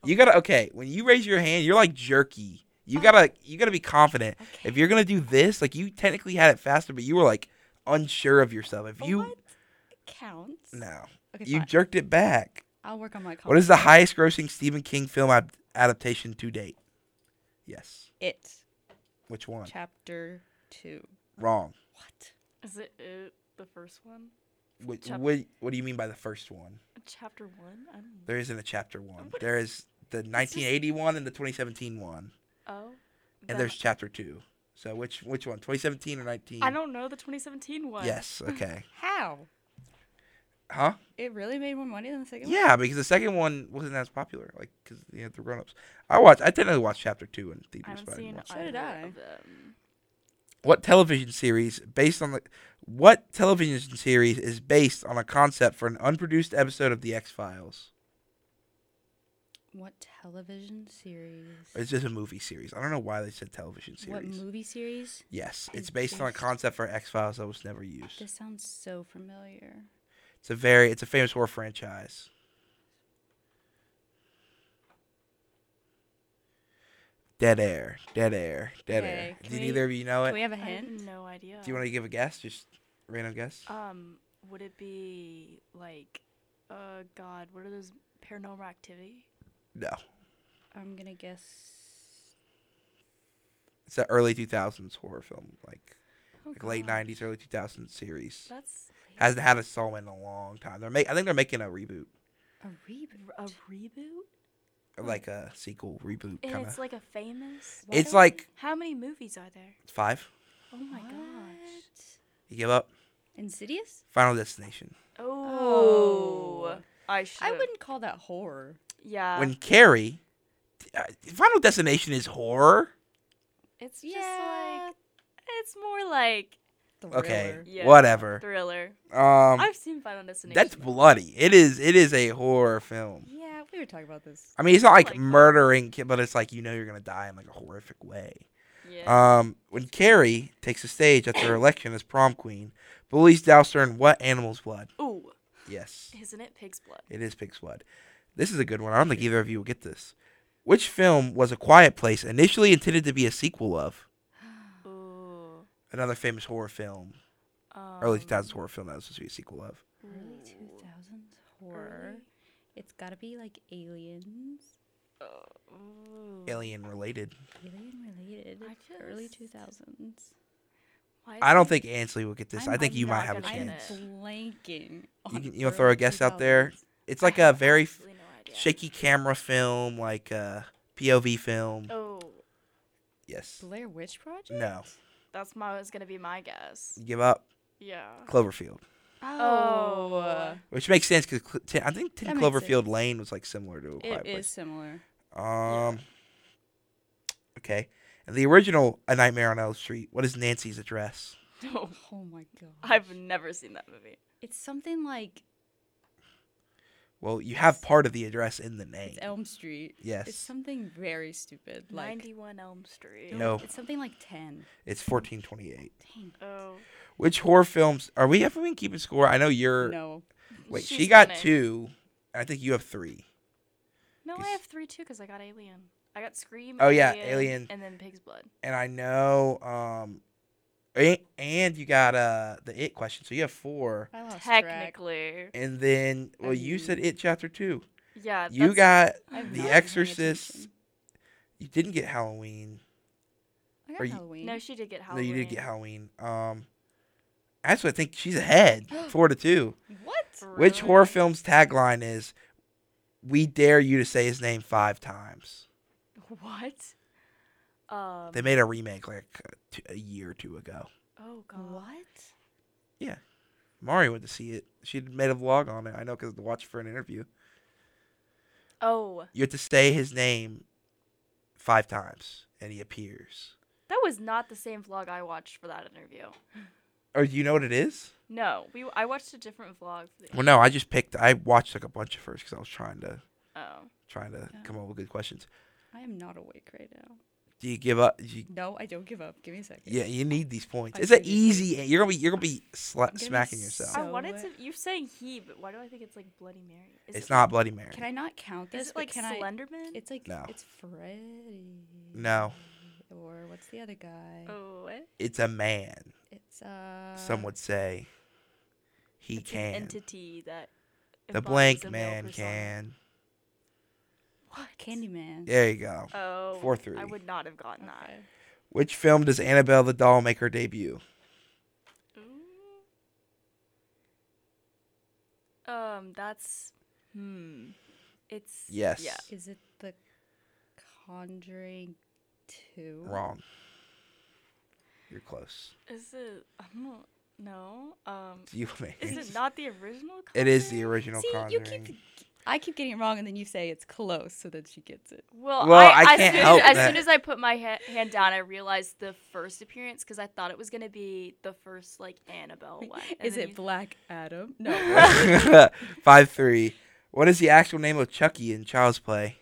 Speaker 1: You gotta okay. When you raise your hand, you're like jerky. You gotta you gotta be confident. If you're gonna do this, like you technically had it faster, but you were like unsure of yourself. If you
Speaker 3: What? Counts.
Speaker 1: no,
Speaker 3: Okay,
Speaker 1: you
Speaker 3: fine.
Speaker 1: jerked it back.
Speaker 3: I'll work on my
Speaker 1: What is the highest grossing Stephen King film ad- adaptation to date? Yes.
Speaker 3: It.
Speaker 1: Which one?
Speaker 3: Chapter 2.
Speaker 1: Wrong.
Speaker 3: What?
Speaker 2: Is it, it the first one?
Speaker 1: What,
Speaker 2: Chap-
Speaker 1: what what do you mean by the first one?
Speaker 2: Chapter one? I don't know.
Speaker 1: There isn't a chapter one.
Speaker 2: What
Speaker 1: There is the 1981 and the 2017 one,
Speaker 2: Oh. then-
Speaker 1: and there's chapter two. So which which one? 2017 or 19?
Speaker 2: I don't know the 2017 one.
Speaker 1: Yes. Okay.
Speaker 3: How?
Speaker 1: Huh?
Speaker 3: It really made more money than the second one?
Speaker 1: Yeah, because the second one wasn't as popular, like because you know, the grown-ups. I watched. I technically watched chapter two in
Speaker 2: I
Speaker 1: theaters,
Speaker 2: haven't
Speaker 1: but I didn't
Speaker 2: seen
Speaker 1: watch.
Speaker 3: So did
Speaker 2: either
Speaker 3: I.
Speaker 2: of them.
Speaker 1: What television series based on the? What television series is based on a concept for an unproduced episode of The X Files?
Speaker 3: What television series?
Speaker 1: It's just a movie series. I don't know why they said television
Speaker 3: What
Speaker 1: series.
Speaker 3: movie series?
Speaker 1: yes,
Speaker 3: is
Speaker 1: it's based on a
Speaker 3: based-
Speaker 1: concept for X Files that was never used.
Speaker 3: This sounds so familiar.
Speaker 1: It's a very. It's a famous horror franchise. Dead air, dead air, dead air.
Speaker 3: Okay, can
Speaker 1: Did
Speaker 3: we-
Speaker 1: either of you know it?
Speaker 3: Do we have a
Speaker 2: I have
Speaker 3: hint?
Speaker 2: no idea.
Speaker 1: Do you want to give a guess? Just random guess.
Speaker 2: Um, would it be like, uh, God, what are those paranormal activity?
Speaker 1: no,
Speaker 3: I'm gonna guess.
Speaker 1: it's an early two thousands horror film, like,
Speaker 2: Oh,
Speaker 1: like late
Speaker 2: God.
Speaker 1: nineties, early two thousands series.
Speaker 2: That's
Speaker 1: Hasn't had a song in a long time. They're make. I think they're making a reboot,
Speaker 3: A reboot. Oh
Speaker 2: a reboot,
Speaker 1: or like a sequel reboot
Speaker 2: Mm. and
Speaker 1: kind
Speaker 2: it's
Speaker 1: of.
Speaker 2: like a famous.
Speaker 3: Why
Speaker 1: It's
Speaker 3: don't-
Speaker 1: like
Speaker 2: How many movies are there?
Speaker 1: five.
Speaker 2: Oh my
Speaker 3: What?
Speaker 2: gosh!
Speaker 1: You give up.
Speaker 3: Insidious?
Speaker 1: Final Destination.
Speaker 2: Oh,
Speaker 3: Oh.
Speaker 2: I should.
Speaker 3: I wouldn't call that horror.
Speaker 2: Yeah,
Speaker 1: when Carrie, uh, Final Destination is horror.
Speaker 2: it's just like it's more like
Speaker 3: Thriller.
Speaker 1: Okay,
Speaker 2: Yeah.
Speaker 1: whatever.
Speaker 2: thriller.
Speaker 1: Um,
Speaker 2: I've seen Final Destination.
Speaker 1: that's bloody. It is. It is a horror film.
Speaker 3: Yeah, we were talking about this.
Speaker 1: I mean, it's not like
Speaker 2: Like- uh,
Speaker 1: murdering, ki- but it's like you know you're gonna die in like a horrific way.
Speaker 2: Yeah.
Speaker 1: Um, when Carrie takes the stage after her election as prom queen, bullies douse her in what animal's blood?
Speaker 2: Ooh,
Speaker 1: Yes,
Speaker 2: isn't it pig's blood?
Speaker 1: it is pig's blood. This is a good one. I don't think either of you will get this. Which film was A Quiet Place initially intended to be a sequel of?
Speaker 2: Uh-huh. Ooh.
Speaker 1: Another famous horror film,
Speaker 2: Um,
Speaker 1: early 2000s horror film that was supposed to be a sequel of.
Speaker 3: Early two
Speaker 2: ooh,
Speaker 3: thousands horror.
Speaker 2: early?
Speaker 3: It's gotta be like aliens.
Speaker 2: Uh, ooh.
Speaker 1: Alien related.
Speaker 3: Alien related.
Speaker 2: I
Speaker 3: Early
Speaker 2: just-
Speaker 3: two thousands.
Speaker 2: Why
Speaker 1: I
Speaker 2: is
Speaker 1: don't
Speaker 2: it-
Speaker 1: think Ansley will get this. i
Speaker 3: I'm-
Speaker 1: think
Speaker 2: I'm
Speaker 1: you might
Speaker 2: not
Speaker 1: have a
Speaker 2: gonna
Speaker 3: I'm
Speaker 2: get
Speaker 1: chance.
Speaker 2: it.
Speaker 3: blanking.
Speaker 1: You,
Speaker 3: on
Speaker 1: can- you wanna throw a
Speaker 3: early
Speaker 1: guess out there?
Speaker 3: 2000s.
Speaker 1: It's
Speaker 2: I
Speaker 1: like a
Speaker 2: have
Speaker 1: very f-
Speaker 2: absolutely no idea.
Speaker 1: shaky camera film, like a POV film.
Speaker 2: Oh,
Speaker 1: Yes.
Speaker 3: Blair Witch Project.
Speaker 1: No.
Speaker 2: that's my was gonna be my guess.
Speaker 1: You give up.
Speaker 2: Yeah.
Speaker 1: Cloverfield.
Speaker 3: Oh,
Speaker 2: Oh.
Speaker 1: Which makes sense because Cl- Ten- I think Ten
Speaker 3: That makes
Speaker 1: Cloverfield
Speaker 3: sense.
Speaker 1: Lane was like similar to a
Speaker 3: it is
Speaker 1: Quiet Place.
Speaker 3: similar.
Speaker 1: Um. Okay. And the original A Nightmare on Elm Street. What is Nancy's address?
Speaker 2: No,
Speaker 3: Oh my god.
Speaker 2: I've never seen that movie.
Speaker 3: It's something like
Speaker 1: Well, you have part of the address in the name.
Speaker 3: it's Elm Street. It's
Speaker 1: yes.
Speaker 3: something very stupid. Like
Speaker 2: 91 Elm Street.
Speaker 1: No.
Speaker 3: It's something like ten.
Speaker 1: It's 1428.
Speaker 3: Dang.
Speaker 2: Oh.
Speaker 1: Which horror films are we? Have we been keeping score? I know you're.
Speaker 3: No.
Speaker 1: Wait, she
Speaker 2: She's
Speaker 1: got
Speaker 2: winning.
Speaker 1: two. and I think you have three.
Speaker 2: No, I
Speaker 1: Peace.
Speaker 2: have three too because I got Alien. I got Scream.
Speaker 1: Oh, yeah,
Speaker 2: Alien,
Speaker 1: Alien.
Speaker 2: And then Pig's Blood.
Speaker 1: And I know um, A- And you got uh the it question, so you have four.
Speaker 3: I lost track.
Speaker 2: Technically,
Speaker 1: And then, well, you said
Speaker 3: Um,
Speaker 1: it chapter two.
Speaker 2: yeah.
Speaker 1: You
Speaker 2: that's-
Speaker 1: got
Speaker 3: I've not
Speaker 1: The
Speaker 3: been paying
Speaker 1: Exorcist.
Speaker 3: attention.
Speaker 1: You didn't get Halloween.
Speaker 3: I
Speaker 1: Are
Speaker 3: got
Speaker 1: you-
Speaker 3: Halloween.
Speaker 2: No, she did get
Speaker 1: No,
Speaker 2: Halloween.
Speaker 1: you did get Halloween. Um, actually, I think she's ahead, four to two.
Speaker 3: what?
Speaker 1: Which horror
Speaker 2: Really?
Speaker 1: film's tagline is "We dare you to say his name five times"?
Speaker 2: What? Um,
Speaker 1: They made a remake like a t- a year or two ago.
Speaker 2: oh god.
Speaker 1: Mari went to see it. She made a vlog on it. I know because to watch it for an interview.
Speaker 2: Oh,
Speaker 1: You have to say his name five times, and he appears.
Speaker 2: that was not the same vlog I watched for that interview.
Speaker 1: Or do you know what it is?
Speaker 2: No, we I watched a different vlog. For the,
Speaker 1: Well, no. I just picked. I watched like a bunch at first because I was trying to
Speaker 2: oh,
Speaker 1: trying to
Speaker 3: Yeah.
Speaker 1: come up with good questions.
Speaker 3: I am not awake right now.
Speaker 1: Do you give up? do you-
Speaker 3: No, I don't give up. Give me a second.
Speaker 1: yeah, you need these points.
Speaker 3: I
Speaker 1: It's an
Speaker 3: do need
Speaker 1: easy. You're gonna be. You're gonna be sla-
Speaker 3: gonna be
Speaker 1: smacking yourself.
Speaker 2: I
Speaker 3: So
Speaker 2: wanted to.
Speaker 3: what?
Speaker 2: You're saying he, but why do I think it's like Bloody Mary? Is
Speaker 1: It's
Speaker 2: it-
Speaker 1: not Bloody Mary.
Speaker 3: Can I not count this?
Speaker 2: Is it
Speaker 3: but
Speaker 2: like
Speaker 3: can I-
Speaker 2: Slenderman?
Speaker 3: It's like
Speaker 1: No.
Speaker 3: it's Freddy.
Speaker 1: No.
Speaker 3: Or what's the other guy?
Speaker 2: oh, what?
Speaker 1: It's a man.
Speaker 3: It's uh.
Speaker 1: Some would say he
Speaker 2: It's
Speaker 1: can.
Speaker 2: An entity that.
Speaker 1: the
Speaker 2: embodies a
Speaker 1: blank
Speaker 2: male
Speaker 1: man
Speaker 2: persona.
Speaker 1: can.
Speaker 2: What?
Speaker 3: Candyman.
Speaker 1: There you go.
Speaker 2: Oh,
Speaker 1: Four
Speaker 2: I
Speaker 1: three.
Speaker 2: would not have gotten
Speaker 3: Okay.
Speaker 1: Which film does Annabelle the doll make her debut?
Speaker 2: that. Ooh. Um, that's hmm. It's
Speaker 1: Yes.
Speaker 2: Yeah.
Speaker 3: Is it the Conjuring Two?
Speaker 1: Wrong. You're close.
Speaker 2: Is it? I don't know. Um,
Speaker 1: Do you want
Speaker 2: is it not the original?
Speaker 1: It is the
Speaker 2: Conjuring?
Speaker 1: original
Speaker 3: See,
Speaker 1: Conjuring.
Speaker 3: you keep. I keep getting it wrong, and then you say it's close, so that she gets it.
Speaker 2: Well,
Speaker 1: Well,
Speaker 2: I,
Speaker 1: I
Speaker 2: as,
Speaker 1: can't
Speaker 2: soon,
Speaker 1: help
Speaker 2: as
Speaker 1: that.
Speaker 2: soon as I put my ha- hand down, I realized the first appearance because I thought it was gonna be the first like Annabelle one. and
Speaker 3: Is
Speaker 2: then
Speaker 3: it
Speaker 2: you-
Speaker 3: Black Adam? No.
Speaker 1: Five three. What is the actual name of Chucky in Child's Play?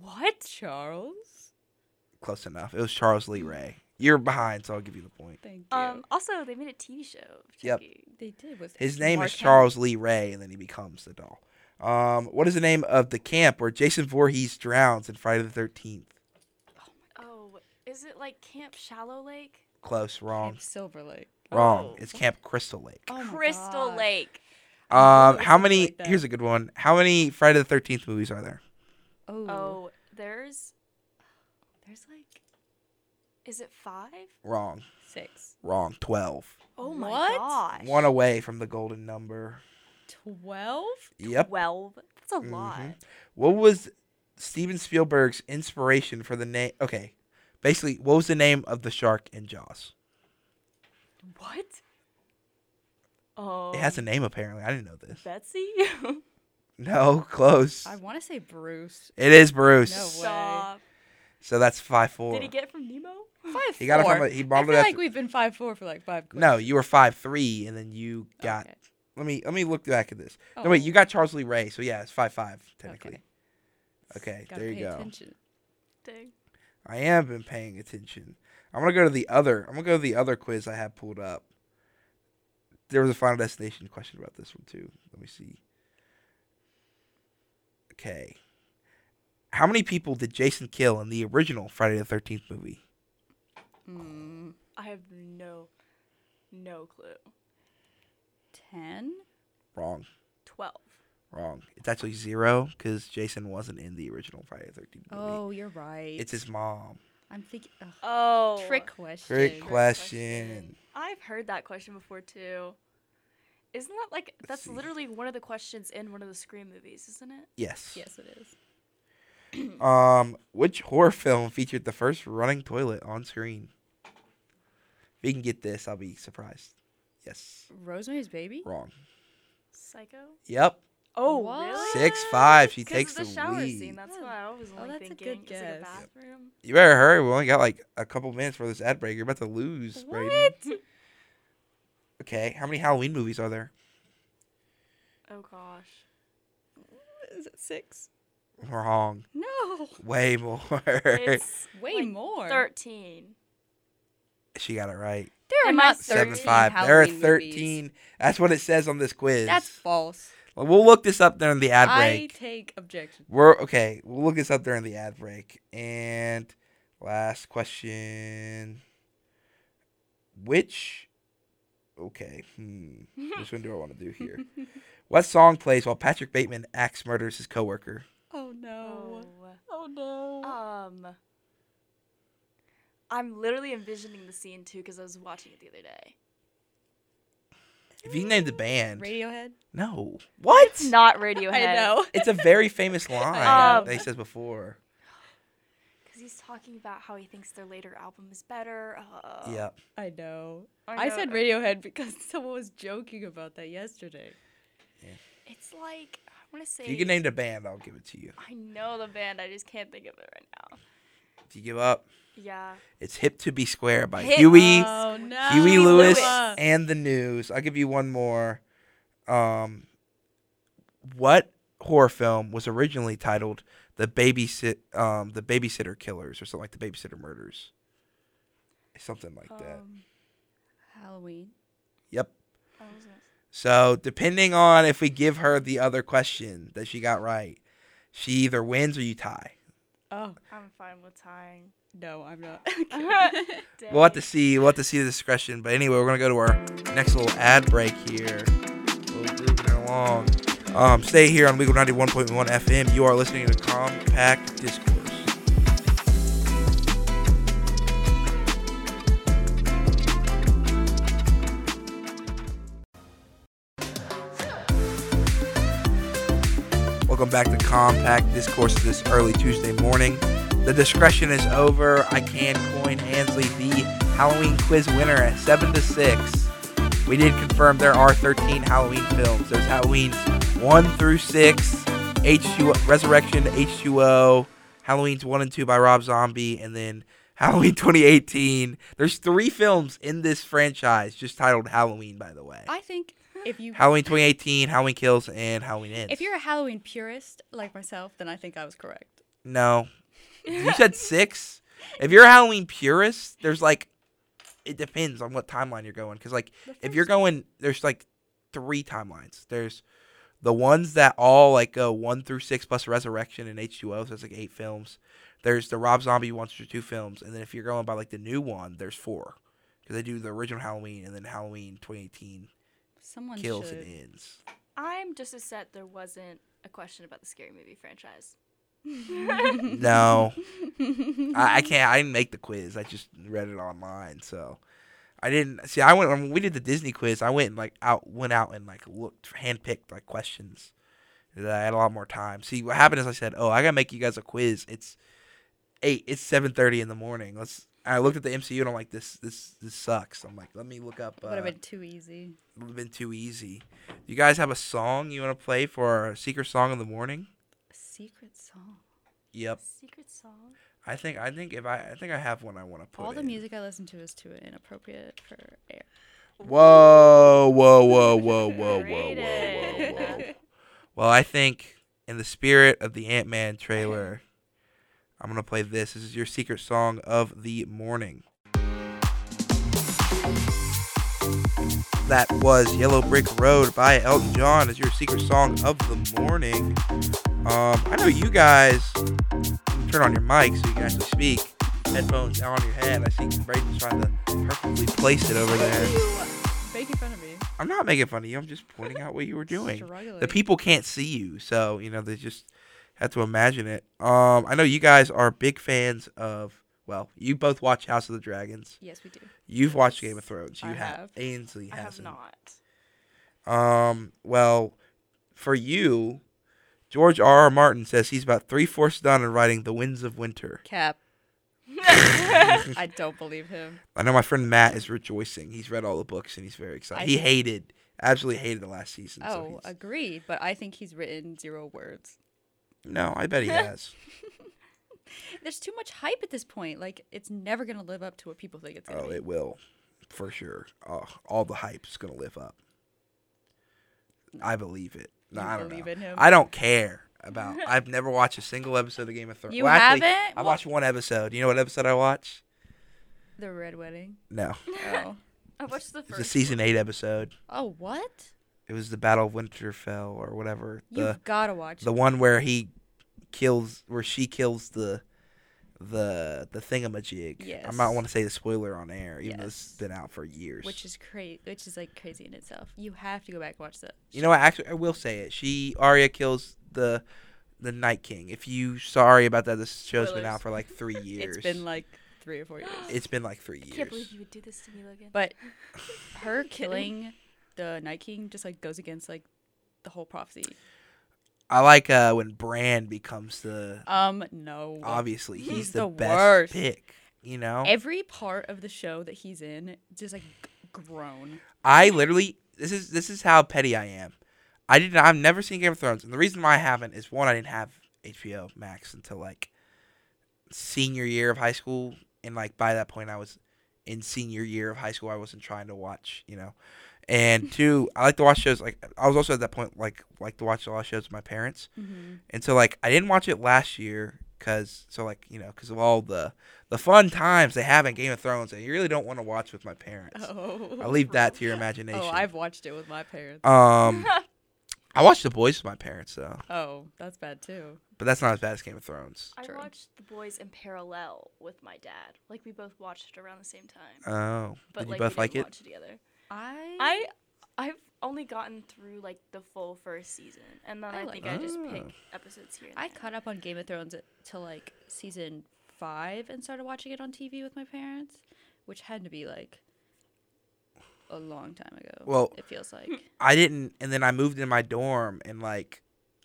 Speaker 2: what?
Speaker 3: Charles.
Speaker 1: Close enough. It was Charles Lee Ray. You're behind, so I'll give you the point.
Speaker 3: Thank you.
Speaker 2: Um. Also, they made a TV show. Of
Speaker 1: Yep.
Speaker 2: Chucky.
Speaker 3: they did. Was
Speaker 1: His name
Speaker 3: Mark
Speaker 1: is
Speaker 3: Hamill.
Speaker 1: Charles Lee Ray, and then he becomes the doll. Um, what is the name of the camp where Jason Voorhees drowns in Friday the Thirteenth?
Speaker 2: Oh, is it like Camp Shallow Lake?
Speaker 1: Close. Wrong.
Speaker 3: Camp Silver Lake.
Speaker 1: Wrong.
Speaker 2: Oh.
Speaker 1: It's Camp Crystal Lake.
Speaker 3: Oh my
Speaker 2: Crystal
Speaker 3: God.
Speaker 2: Lake.
Speaker 3: I
Speaker 1: Um,
Speaker 3: knew it
Speaker 1: how
Speaker 3: sounded
Speaker 1: many?
Speaker 3: like that.
Speaker 1: here's a good one. How many Friday the Thirteenth movies are there?
Speaker 3: Oh.
Speaker 2: Oh, there's, there's like, is it five?
Speaker 1: Wrong.
Speaker 3: Six.
Speaker 1: Wrong. Twelve.
Speaker 2: Oh my
Speaker 3: What?
Speaker 2: gosh.
Speaker 1: One away from the golden number.
Speaker 3: Twelve?
Speaker 1: Yep.
Speaker 2: Twelve. That's a lot.
Speaker 1: Mhm. What was Steven Spielberg's inspiration for the name? Okay, basically, what was the name of the shark in Jaws?
Speaker 2: What? Oh.
Speaker 1: It has a name apparently. I didn't know this.
Speaker 2: Betsy.
Speaker 1: No, close.
Speaker 3: I want to say Bruce.
Speaker 1: It is Bruce.
Speaker 3: No way.
Speaker 2: Stop.
Speaker 1: So that's five four.
Speaker 2: Did he get it from Nemo?
Speaker 3: Five
Speaker 1: He got it
Speaker 3: four.
Speaker 1: from a- he
Speaker 3: I
Speaker 1: modeled
Speaker 3: feel
Speaker 1: it
Speaker 3: like
Speaker 1: after-
Speaker 3: we've been five four for like five.
Speaker 1: no, you were five three, and then you got.
Speaker 3: Okay. Oh,
Speaker 1: Let me let me look back at this. No, wait, you got Charles Lee Ray. So yeah, it's five five technically. Okay,
Speaker 3: Gotta
Speaker 1: there you
Speaker 3: pay
Speaker 1: go.
Speaker 3: attention.
Speaker 2: Dang.
Speaker 1: I am been paying attention. I'm gonna go to the other. I'm gonna go to the other quiz I have pulled up. There was a Final Destination question about this one too. Let me see. Okay, how many people did Jason kill in the original Friday the Thirteenth movie?
Speaker 3: Mm,
Speaker 2: I have no, no clue.
Speaker 3: Ten.
Speaker 1: Wrong,
Speaker 2: Twelve.
Speaker 1: wrong. It's actually zero because Jason wasn't in the original Friday the Thirteenth movie.
Speaker 3: Oh, you're right.
Speaker 1: It's his mom.
Speaker 3: I'm thinking. ugh,
Speaker 2: Oh.
Speaker 3: Trick question.
Speaker 1: Great
Speaker 2: Trick
Speaker 1: question.
Speaker 2: I've heard that question before too. Isn't that like that's
Speaker 1: see.
Speaker 2: literally one of the questions in one of the Scream movies, isn't it?
Speaker 1: Yes.
Speaker 3: Yes, it is.
Speaker 1: Um, which horror film featured the first running toilet on screen? If you can get this, I'll be surprised. Yes.
Speaker 3: Rosemary's Baby.
Speaker 1: Wrong.
Speaker 2: Psycho.
Speaker 1: Yep.
Speaker 2: Oh,
Speaker 3: What?
Speaker 2: really?
Speaker 1: Six five. She
Speaker 2: 'Cause
Speaker 1: takes
Speaker 2: of
Speaker 1: the,
Speaker 2: the, shower
Speaker 1: lead.
Speaker 2: scene. That's
Speaker 3: Oh.
Speaker 2: why I was
Speaker 3: Oh,
Speaker 2: only
Speaker 3: that's a good
Speaker 2: thinking it was like a
Speaker 3: guess. Yep.
Speaker 2: bathroom.
Speaker 1: You better hurry. We only got like a couple minutes for this ad break. You're about to lose, Brayden.
Speaker 3: What?
Speaker 1: Okay. How many Halloween movies are there?
Speaker 2: Oh gosh.
Speaker 3: Is it six?
Speaker 1: Wrong.
Speaker 3: No.
Speaker 1: Way more.
Speaker 2: It's
Speaker 3: Way
Speaker 2: like
Speaker 3: more.
Speaker 2: thirteen.
Speaker 1: she got it right.
Speaker 3: there are
Speaker 2: Am I
Speaker 3: not
Speaker 1: Seven
Speaker 3: 13
Speaker 1: five. There are
Speaker 3: Halloween movies.
Speaker 1: thirteen. That's what it says on this quiz.
Speaker 3: That's false.
Speaker 1: Well, we'll look this up during the ad break.
Speaker 3: I take objection.
Speaker 1: We're okay. We'll look this up during the ad break. And last question. Which, okay, hmm, which one do I want to do here? What song plays while Patrick Bateman axe murders his coworker?
Speaker 3: Oh no. Oh, no.
Speaker 1: Uh,
Speaker 2: Um, I'm literally envisioning the scene too because I was watching it the other day.
Speaker 1: If you can name the band,
Speaker 3: Radiohead.
Speaker 1: no, what?
Speaker 2: It's not Um, Radiohead.
Speaker 3: I know.
Speaker 1: It's a very famous line
Speaker 2: know.
Speaker 1: that he says before.
Speaker 2: Because he's talking about how he thinks their later album is better. Uh,
Speaker 1: Yeah,
Speaker 3: I know.
Speaker 2: I
Speaker 3: I,
Speaker 2: know.
Speaker 3: said Radiohead because someone was joking about that yesterday.
Speaker 2: It's like I want to say.
Speaker 1: if you can name the band, I'll give it to you.
Speaker 2: I know the band. I just can't think of it right now.
Speaker 1: If you give up,
Speaker 2: Yeah.
Speaker 1: it's "Hip to Be Square" by
Speaker 2: Hip-
Speaker 1: Huey
Speaker 3: oh no.
Speaker 1: Huey
Speaker 2: Huey
Speaker 1: Lewis,
Speaker 2: Lewis.
Speaker 1: and the News. I'll give you one more. Um, what horror film was originally titled "The Babysit" um, "The Babysitter Killers" or something like "The Babysitter Murders"? Something like that.
Speaker 2: Um,
Speaker 3: Halloween.
Speaker 1: Yep.
Speaker 2: I was gonna-
Speaker 1: So depending on if we give her the other question that she got right, she either wins or you tie.
Speaker 3: Oh
Speaker 2: I'm fine with tying.
Speaker 3: no, I'm not.
Speaker 1: We'll have
Speaker 2: Dang.
Speaker 1: to see. We'll have to see the discretion. But anyway, we're gonna go to our next little ad break here. We'll move it along. Um, stay here on Week 91.1 FM. You are listening to Compact Discourse. Welcome back to Compact Discourse this early Tuesday morning. The discretion is over. I can coin Ansley the Halloween quiz winner at 7 to 6. We did confirm there are 13 Halloween films. There's Halloween's 1 through 6, H2 Resurrection, H2O, Halloween's 1 and 2 by Rob Zombie, and then Halloween 2018. There's three films in this franchise just titled Halloween, by the way.
Speaker 3: I think if you
Speaker 1: Halloween 2018, Halloween Kills, and Halloween Ends.
Speaker 3: if you're a Halloween purist like myself, then I think I was correct.
Speaker 1: No. You said six. If you're a Halloween purist, there's like, it depends on what timeline you're going. Because, like,
Speaker 3: The
Speaker 1: if you're
Speaker 3: first-
Speaker 1: going, there's like three timelines. There's the ones that all like go one through six plus Resurrection and H2O, so that's like eight films. There's the Rob Zombie one through two films. And then if you're going by like the new one, there's four. Because they do the original Halloween and then Halloween 2018
Speaker 3: someone
Speaker 1: kills
Speaker 3: should.
Speaker 1: and ends.
Speaker 2: I'm just upset there wasn't a question about the scary movie franchise.
Speaker 1: No. I, I can't. I didn't make the quiz. I just read it online. So I didn't see. I went when we did the Disney quiz. I went and like out went out and like looked handpicked like questions. that I had a lot more time. See what happened is I said, "Oh, I gotta make you guys a quiz." It's eight. It's seven thirty in the morning. Let's. I looked at the MCU and I'm like, "This this this sucks." I'm like, "Let me look up."
Speaker 3: Would
Speaker 1: Uh,
Speaker 3: have been too easy.
Speaker 1: would've been too easy. You guys have a song you want to play for our secret song of the morning?
Speaker 3: Secret song.
Speaker 1: Yep.
Speaker 2: Secret song?
Speaker 1: I think I think if I I think I have one I want to put.
Speaker 3: All the
Speaker 1: in.
Speaker 3: music I listen to is too inappropriate for air.
Speaker 1: Whoa, whoa, whoa, whoa, whoa, whoa, whoa, whoa,
Speaker 2: Rated.
Speaker 1: whoa. Well, I think in the spirit of the Ant Man trailer, I'm gonna play this. This is your secret song of the morning. That was Yellow Brick Road by Elton John as your secret song of the morning. Um, I know you guys turn on your mic so you can actually speak. Headphones down on your head. I see Brayden's trying to perfectly place it over there.
Speaker 3: Making fun of me.
Speaker 1: I'm not making fun of you. I'm just pointing out what you were doing.
Speaker 3: Struggling.
Speaker 1: The people can't see you, so you know they just have to imagine it. Um, I know you guys are big fans of. Well, you both watch House of the Dragons.
Speaker 3: Yes, we do.
Speaker 1: You've watched Game of Thrones. You
Speaker 3: I
Speaker 1: have.
Speaker 3: have.
Speaker 1: Ainsley
Speaker 2: I have
Speaker 1: hasn't.
Speaker 2: not.
Speaker 1: Um, well, for you, George R. R. Martin says he's about three fourths done in writing The Winds of Winter.
Speaker 3: Cap. I don't believe him.
Speaker 1: I know my friend Matt is rejoicing. He's read all the books and he's very excited.
Speaker 3: I-
Speaker 1: he hated, absolutely hated the last season. so
Speaker 3: Oh,
Speaker 1: he's-
Speaker 3: agreed. But I think he's written zero words.
Speaker 1: no, I bet he has.
Speaker 3: There's too much hype at this point. Like it's never gonna live up to what people think it's gonna
Speaker 1: Oh,
Speaker 3: be.
Speaker 1: it will, for sure. Oh, all the hype's gonna live up. I believe it. No,
Speaker 3: You
Speaker 1: I don't
Speaker 3: believe
Speaker 1: know.
Speaker 3: in him?
Speaker 1: I don't care about. I've never watched a single episode of Game of Thrones.
Speaker 3: You haven't?
Speaker 1: I
Speaker 3: What?
Speaker 1: watched one episode. You know what episode I watched?
Speaker 3: The red wedding.
Speaker 1: No,
Speaker 3: Oh.
Speaker 2: I watched the
Speaker 1: it was a
Speaker 2: first.
Speaker 1: season eight episode.
Speaker 3: oh what?
Speaker 1: It was the Battle of Winterfell or whatever. The
Speaker 3: You've gotta watch.
Speaker 1: the one where he kills, where she kills the the the thingamajig. I might
Speaker 3: Yes.
Speaker 1: want to say the spoiler on air, even though this has
Speaker 3: Yes.
Speaker 1: been out for years.
Speaker 3: which is crazy, which is like crazy in itself. You have to go back and watch that.
Speaker 1: you know, what, actually, I will say it. She Arya kills the the Night King. If you sorry about that, this show's been
Speaker 3: Spoilers.
Speaker 1: out for like three years.
Speaker 3: it's been like three or four years.
Speaker 1: it's been like three years.
Speaker 2: I can't believe you would do this to me, Logan.
Speaker 3: But her
Speaker 2: Kidding.
Speaker 3: killing the Night King just like goes against like the whole prophecy.
Speaker 1: I like uh, when Bran becomes the
Speaker 3: Um, no.
Speaker 1: obviously he's,
Speaker 3: He's
Speaker 1: the,
Speaker 3: the
Speaker 1: best
Speaker 3: worst.
Speaker 1: pick. You know,
Speaker 3: Every part of the show that he's in just like g- groan.
Speaker 1: I literally this is this is how petty I am. I did not, I've never seen Game of Thrones, and the reason why I haven't is one I didn't have HBO Max until like senior year of high school, and like by that point I was in senior year of high school. I wasn't trying to watch, you know. And two, I like to watch shows like I was also at that point like like to watch a lot of shows with my parents.
Speaker 3: Mm. Mm-hmm.
Speaker 1: And so like I didn't watch it last year cuz so like, you know, cuz of all the the fun times they have in Game of Thrones and you really don't want to watch with my parents.
Speaker 3: Oh.
Speaker 1: I'll leave that to your imagination.
Speaker 3: Oh, I've watched it with my parents.
Speaker 1: um I watched The Boys with my parents though,
Speaker 3: Oh, that's bad too.
Speaker 1: but that's not as bad as Game of Thrones.
Speaker 2: I
Speaker 3: True.
Speaker 2: watched The Boys in parallel with my dad. Like we both watched it around the same time.
Speaker 1: Oh,
Speaker 2: But
Speaker 1: did
Speaker 2: like
Speaker 1: you both
Speaker 2: we
Speaker 1: like
Speaker 2: didn't
Speaker 1: it?
Speaker 2: watch it together.
Speaker 3: I
Speaker 2: I I've only gotten through like the full first season, and then
Speaker 3: I
Speaker 2: I,
Speaker 3: like
Speaker 2: think
Speaker 3: it.
Speaker 2: I just
Speaker 1: Oh.
Speaker 2: pick episodes here. And
Speaker 3: I
Speaker 2: there.
Speaker 3: caught up on Game of Thrones to like season five and started watching it on TV with my parents, which had to be like a long time ago.
Speaker 1: Well-
Speaker 3: it feels like
Speaker 1: I didn't and then I moved in my dorm and like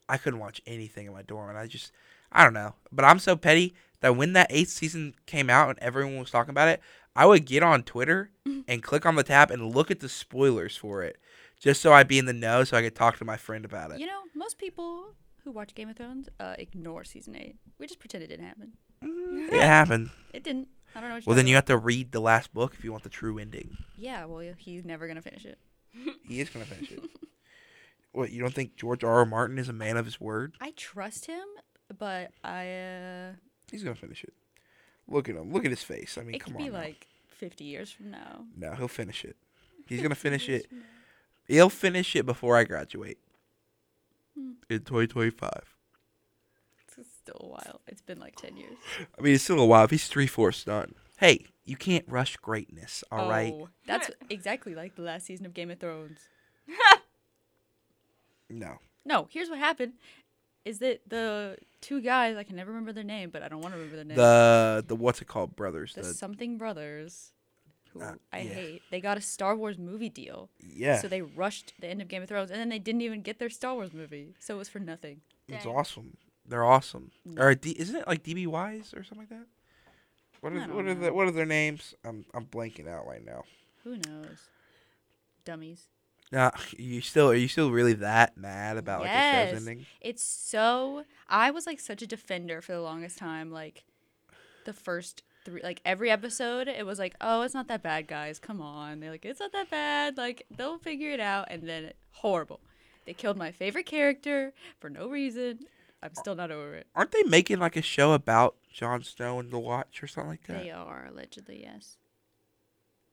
Speaker 1: I couldn't watch anything in my dorm and I just I don't know. But I'm so petty that when that eighth season came out and everyone was talking about it, I would get on Twitter and click on the tab and look at the spoilers for it. Just so I'd be in the know so I could talk to my friend about it.
Speaker 3: you know most people who watch Game of Thrones uh, ignore season eight. We just pretend it didn't happen.
Speaker 1: Mm, it happened.
Speaker 3: It didn't. I don't know. What
Speaker 1: Well then you
Speaker 3: talking
Speaker 1: have to read the last book if you want the true ending.
Speaker 3: about. yeah. Well, he's never gonna finish it.
Speaker 1: He is gonna finish it. What, you don't think George R. R. Martin is a man of his word?
Speaker 3: I trust him, but I uh,
Speaker 1: He's gonna finish it. Look at him. Look at his face. I mean,
Speaker 3: it
Speaker 1: come
Speaker 3: could
Speaker 1: on.
Speaker 3: be
Speaker 1: now.
Speaker 3: like fifty years from now.
Speaker 1: No, he'll finish it. He's gonna finish
Speaker 3: years
Speaker 1: it.
Speaker 3: from now.
Speaker 1: He'll finish it before I graduate
Speaker 3: Hmm.
Speaker 1: in 2025.
Speaker 3: It's still a while. It's been like ten years.
Speaker 1: I mean, it's still a while. If he's three fourths done, hey, you can't rush greatness. All right.
Speaker 3: Oh, that's exactly like the last season of Game of Thrones.
Speaker 1: No.
Speaker 3: No, here's what happened: is that the two guys I can never remember their name, but I don't want to remember their name.
Speaker 1: The the what's it called, brothers?
Speaker 3: the
Speaker 1: The,
Speaker 3: something brothers, who
Speaker 1: Uh,
Speaker 3: I
Speaker 1: yeah.
Speaker 3: hate, they got a Star Wars movie deal,
Speaker 1: yeah,
Speaker 3: so they rushed the end of Game of Thrones, and then they didn't even get their Star Wars movie, so it was for nothing.
Speaker 1: it's
Speaker 2: Dang.
Speaker 1: awesome. They're awesome.
Speaker 3: Mm.
Speaker 1: Or D, isn't it like DB Wise or something like that? What
Speaker 3: I
Speaker 1: are
Speaker 3: don't
Speaker 1: what are
Speaker 3: know.
Speaker 1: the what are their names? I'm I'm blanking out right now.
Speaker 3: Who knows? Dummies.
Speaker 1: Now, you still are you still really that mad about like the
Speaker 3: Yes.
Speaker 1: show's ending?
Speaker 3: It's so I was like such a defender for the longest time, like the first three like every episode it was like, Oh, it's not that bad, guys. Come on. They're like, It's not that bad, like they'll figure it out and then horrible. They killed my favorite character for no reason. I'm still not over it.
Speaker 1: Aren't they making like a show about Jon Snow and the Watch or something like that?
Speaker 3: They are allegedly, yes.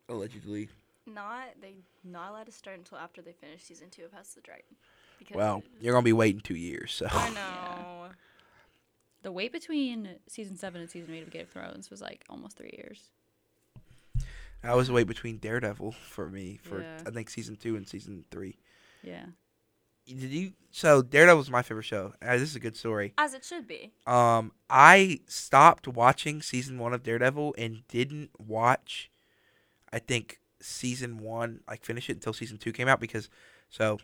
Speaker 1: Allegedly.
Speaker 2: not they not allowed to start until after they finish season two of House of the Dragon. Because
Speaker 1: Well, you're gonna be waiting two years, so
Speaker 2: I know.
Speaker 3: Yeah. The wait between season seven and season eight of Game of Thrones was like almost three years.
Speaker 1: I was wait between Daredevil for me for
Speaker 3: Yeah.
Speaker 1: I think season two and season three.
Speaker 3: Yeah.
Speaker 1: Did you? So Daredevil's my favorite show. Uh, this is a good story.
Speaker 2: As it should be.
Speaker 1: Um, I stopped watching season one of Daredevil and didn't watch. I think season one, like finish it until season two came out because, so,